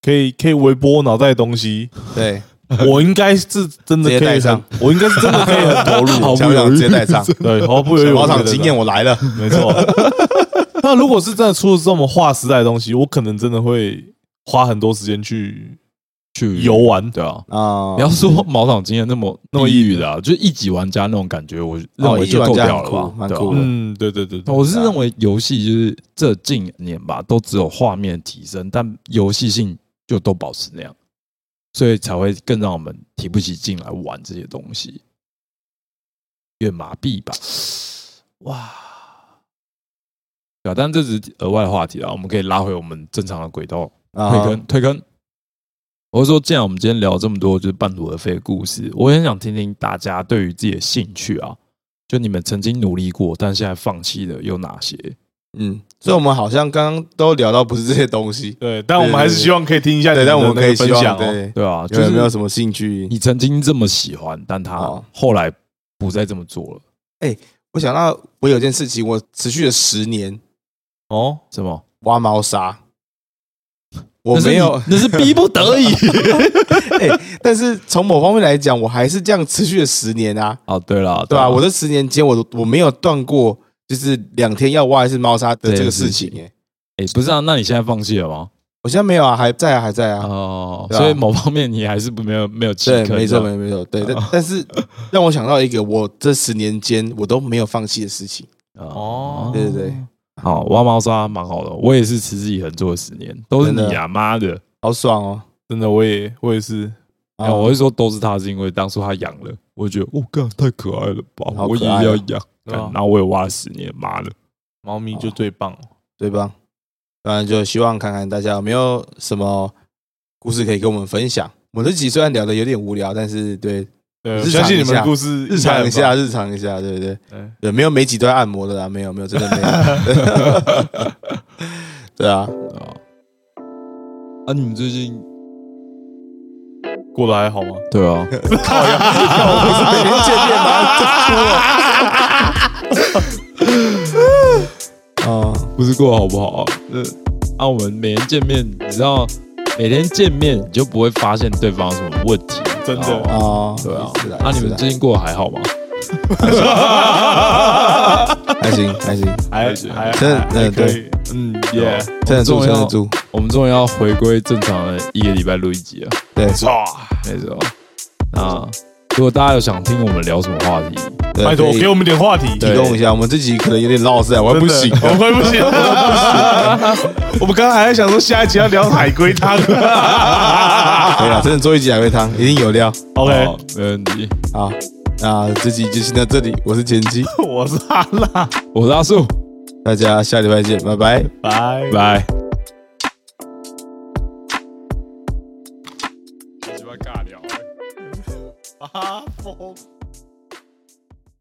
Speaker 1: 可以可以微波脑袋的东西，
Speaker 3: 对，
Speaker 1: 我应该是真的
Speaker 3: 直接
Speaker 1: 可
Speaker 3: 带
Speaker 1: 以
Speaker 3: 上
Speaker 1: 很，我应该是真的可以很
Speaker 3: [LAUGHS]
Speaker 1: 投入，
Speaker 3: 想想直接带上，
Speaker 1: [LAUGHS] 对，毫不犹豫，
Speaker 3: 小
Speaker 1: 我
Speaker 3: 包
Speaker 1: 觉
Speaker 3: 场
Speaker 1: 得
Speaker 3: 经验我来了，
Speaker 1: 没错。那如果是真的出了这么划时代的东西，我可能真的会花很多时间去
Speaker 2: 去
Speaker 1: 游玩。
Speaker 2: 对啊。
Speaker 3: 啊
Speaker 2: 你要说毛场经验那么那么抑
Speaker 1: 抑
Speaker 2: 郁的、啊，就是一级玩家那种感觉，我认为
Speaker 3: 一级
Speaker 2: 就
Speaker 3: 玩
Speaker 2: 够
Speaker 3: 家
Speaker 2: 屌
Speaker 3: 很
Speaker 2: 了
Speaker 3: 酷
Speaker 2: 吧，
Speaker 3: 蛮
Speaker 2: 对啊
Speaker 3: 酷的
Speaker 1: 嗯，对对对对，
Speaker 2: 我是
Speaker 3: 对啊
Speaker 2: 认为游戏就是这近年吧，都只有画面提升，但游戏性就都保持那样，所以才会更让我们提不起劲来玩这些东西，越麻痹吧。哇，对啊，但这只是额外话题啊，我们可以拉回我们正常的轨道，
Speaker 3: 啊
Speaker 2: 退坑退坑。我是说，既然我们今天聊这么多就是半途而废的故事，我也很想听听大家对于自己的兴趣啊，就你们曾经努力过但现在放弃的有哪些？
Speaker 3: 嗯，所以我们好像刚刚都聊到不是这些
Speaker 1: [LAUGHS]
Speaker 3: 东西，
Speaker 1: 对，但我们还是希望可以听一下你
Speaker 3: 对，
Speaker 1: 的
Speaker 3: 但我们
Speaker 1: 那
Speaker 3: 可
Speaker 1: 个
Speaker 3: 以
Speaker 1: 分
Speaker 3: 希
Speaker 1: 享哦。
Speaker 3: 望对，
Speaker 2: 对啊，就
Speaker 3: 有
Speaker 2: 是
Speaker 3: 没有什么兴趣？
Speaker 2: 你曾经这么喜欢，但他
Speaker 3: 好
Speaker 2: 后来不再这么做了，
Speaker 3: 我想到我有件事情，我持续了十年
Speaker 1: 哦，
Speaker 2: 什么？
Speaker 3: 挖猫砂，我
Speaker 2: 那是
Speaker 3: 没有哎
Speaker 2: 你，那 [LAUGHS] 是逼不得
Speaker 3: [LAUGHS]
Speaker 2: 已。
Speaker 3: 但是从某方面来讲，我还是这样持续了十年啊，
Speaker 2: 哦，对了，
Speaker 3: 对吧、
Speaker 2: 啊，
Speaker 3: 我这十年间，我我没有断过，就是两天要挖一次猫砂的这个事情、
Speaker 2: 这件事情
Speaker 3: 欸，
Speaker 2: 哎，不是啊，那你现在放弃了吗？
Speaker 3: 我现在没有啊，还在啊，还在啊，
Speaker 2: 哦，
Speaker 3: 对啊
Speaker 2: 所以某方面你还是不没有没有弃
Speaker 3: 对，
Speaker 2: 坑，
Speaker 3: 没错，没错，没错，对，
Speaker 2: 哦
Speaker 3: 但
Speaker 2: [LAUGHS]
Speaker 3: 但是让我想到一个我这十年间我都没有放弃的事情，
Speaker 1: 哦
Speaker 3: 对对对，
Speaker 2: 好，哦挖猫砂蛮好的，我也是持之以恒做了十年，都是你啊，妈的！
Speaker 3: 好爽哦。啊
Speaker 1: 真的，我也我也是，
Speaker 2: 然哎后我会说都是他，是因为当初他养了，我就觉得哦，干太可爱了吧，
Speaker 3: 好
Speaker 2: 我也
Speaker 3: 可爱哦
Speaker 2: 要养。
Speaker 1: 对啊
Speaker 2: 干然后我也挖了十年，妈的！
Speaker 1: 猫咪就最棒。
Speaker 3: 对吧？当然就希望看看大家有没有什么故事可以跟我们分享。我们这集虽然聊的有点无聊，但是对
Speaker 1: 对，我
Speaker 3: 日常
Speaker 1: 相信你
Speaker 3: 一
Speaker 1: 们
Speaker 3: 下
Speaker 1: 的故事
Speaker 3: 日常一下，日常一下，对不对？
Speaker 2: 哎
Speaker 1: 对
Speaker 3: 对，没有每集都在按摩的啦，没有没有，真的没有。
Speaker 2: [LAUGHS]
Speaker 3: [LAUGHS] 对啊，
Speaker 2: 啊，啊，你们最近
Speaker 1: 过得还好吗？
Speaker 2: 对啊，
Speaker 3: 我们是每天见面吗？哦，
Speaker 2: 不是过得好不好、啊？呃，啊，我们每天见面，你知道，每天见面你就不会发现对方有什么问题，
Speaker 1: 真的
Speaker 2: 你知道吗
Speaker 3: 哦，
Speaker 2: 对啊
Speaker 3: 是啦，
Speaker 2: 啊，你们
Speaker 3: 是
Speaker 2: 最
Speaker 3: 啦
Speaker 2: 近过得还好吗？
Speaker 3: 开心开心，
Speaker 1: 还
Speaker 2: 对
Speaker 1: 还
Speaker 3: 真的
Speaker 1: 还
Speaker 3: 嗯
Speaker 1: 还可
Speaker 3: 对
Speaker 1: 以，嗯耶，
Speaker 3: 撑得住
Speaker 2: 重
Speaker 3: 撑
Speaker 2: 要
Speaker 3: 得住，
Speaker 2: 啊我们终于要回归正常的一个礼拜录一集了。
Speaker 3: 对
Speaker 1: 哇！
Speaker 2: 没错。那如果大家有想听我们聊什么话题，
Speaker 3: 对
Speaker 1: 拜托
Speaker 3: 可以
Speaker 1: 给我们点话题，
Speaker 3: 提供一下，我们这集可能有点绕塞，我还不行
Speaker 1: 真。的我快不
Speaker 3: [LAUGHS]
Speaker 1: 行了，我们刚刚还在想说下一集要聊海龟
Speaker 3: [LAUGHS]
Speaker 1: 汤。 [LAUGHS]
Speaker 3: 对啊，真的做一集海龟汤，一定有料。
Speaker 2: 好
Speaker 3: 哦
Speaker 1: OK，，
Speaker 2: 没问题。
Speaker 3: 好，啊那这集就先到这里，我是前妻，
Speaker 1: 我是阿辣，
Speaker 2: 我是阿树，
Speaker 3: 大家下礼拜见，拜拜。
Speaker 1: 拜。
Speaker 2: 拜。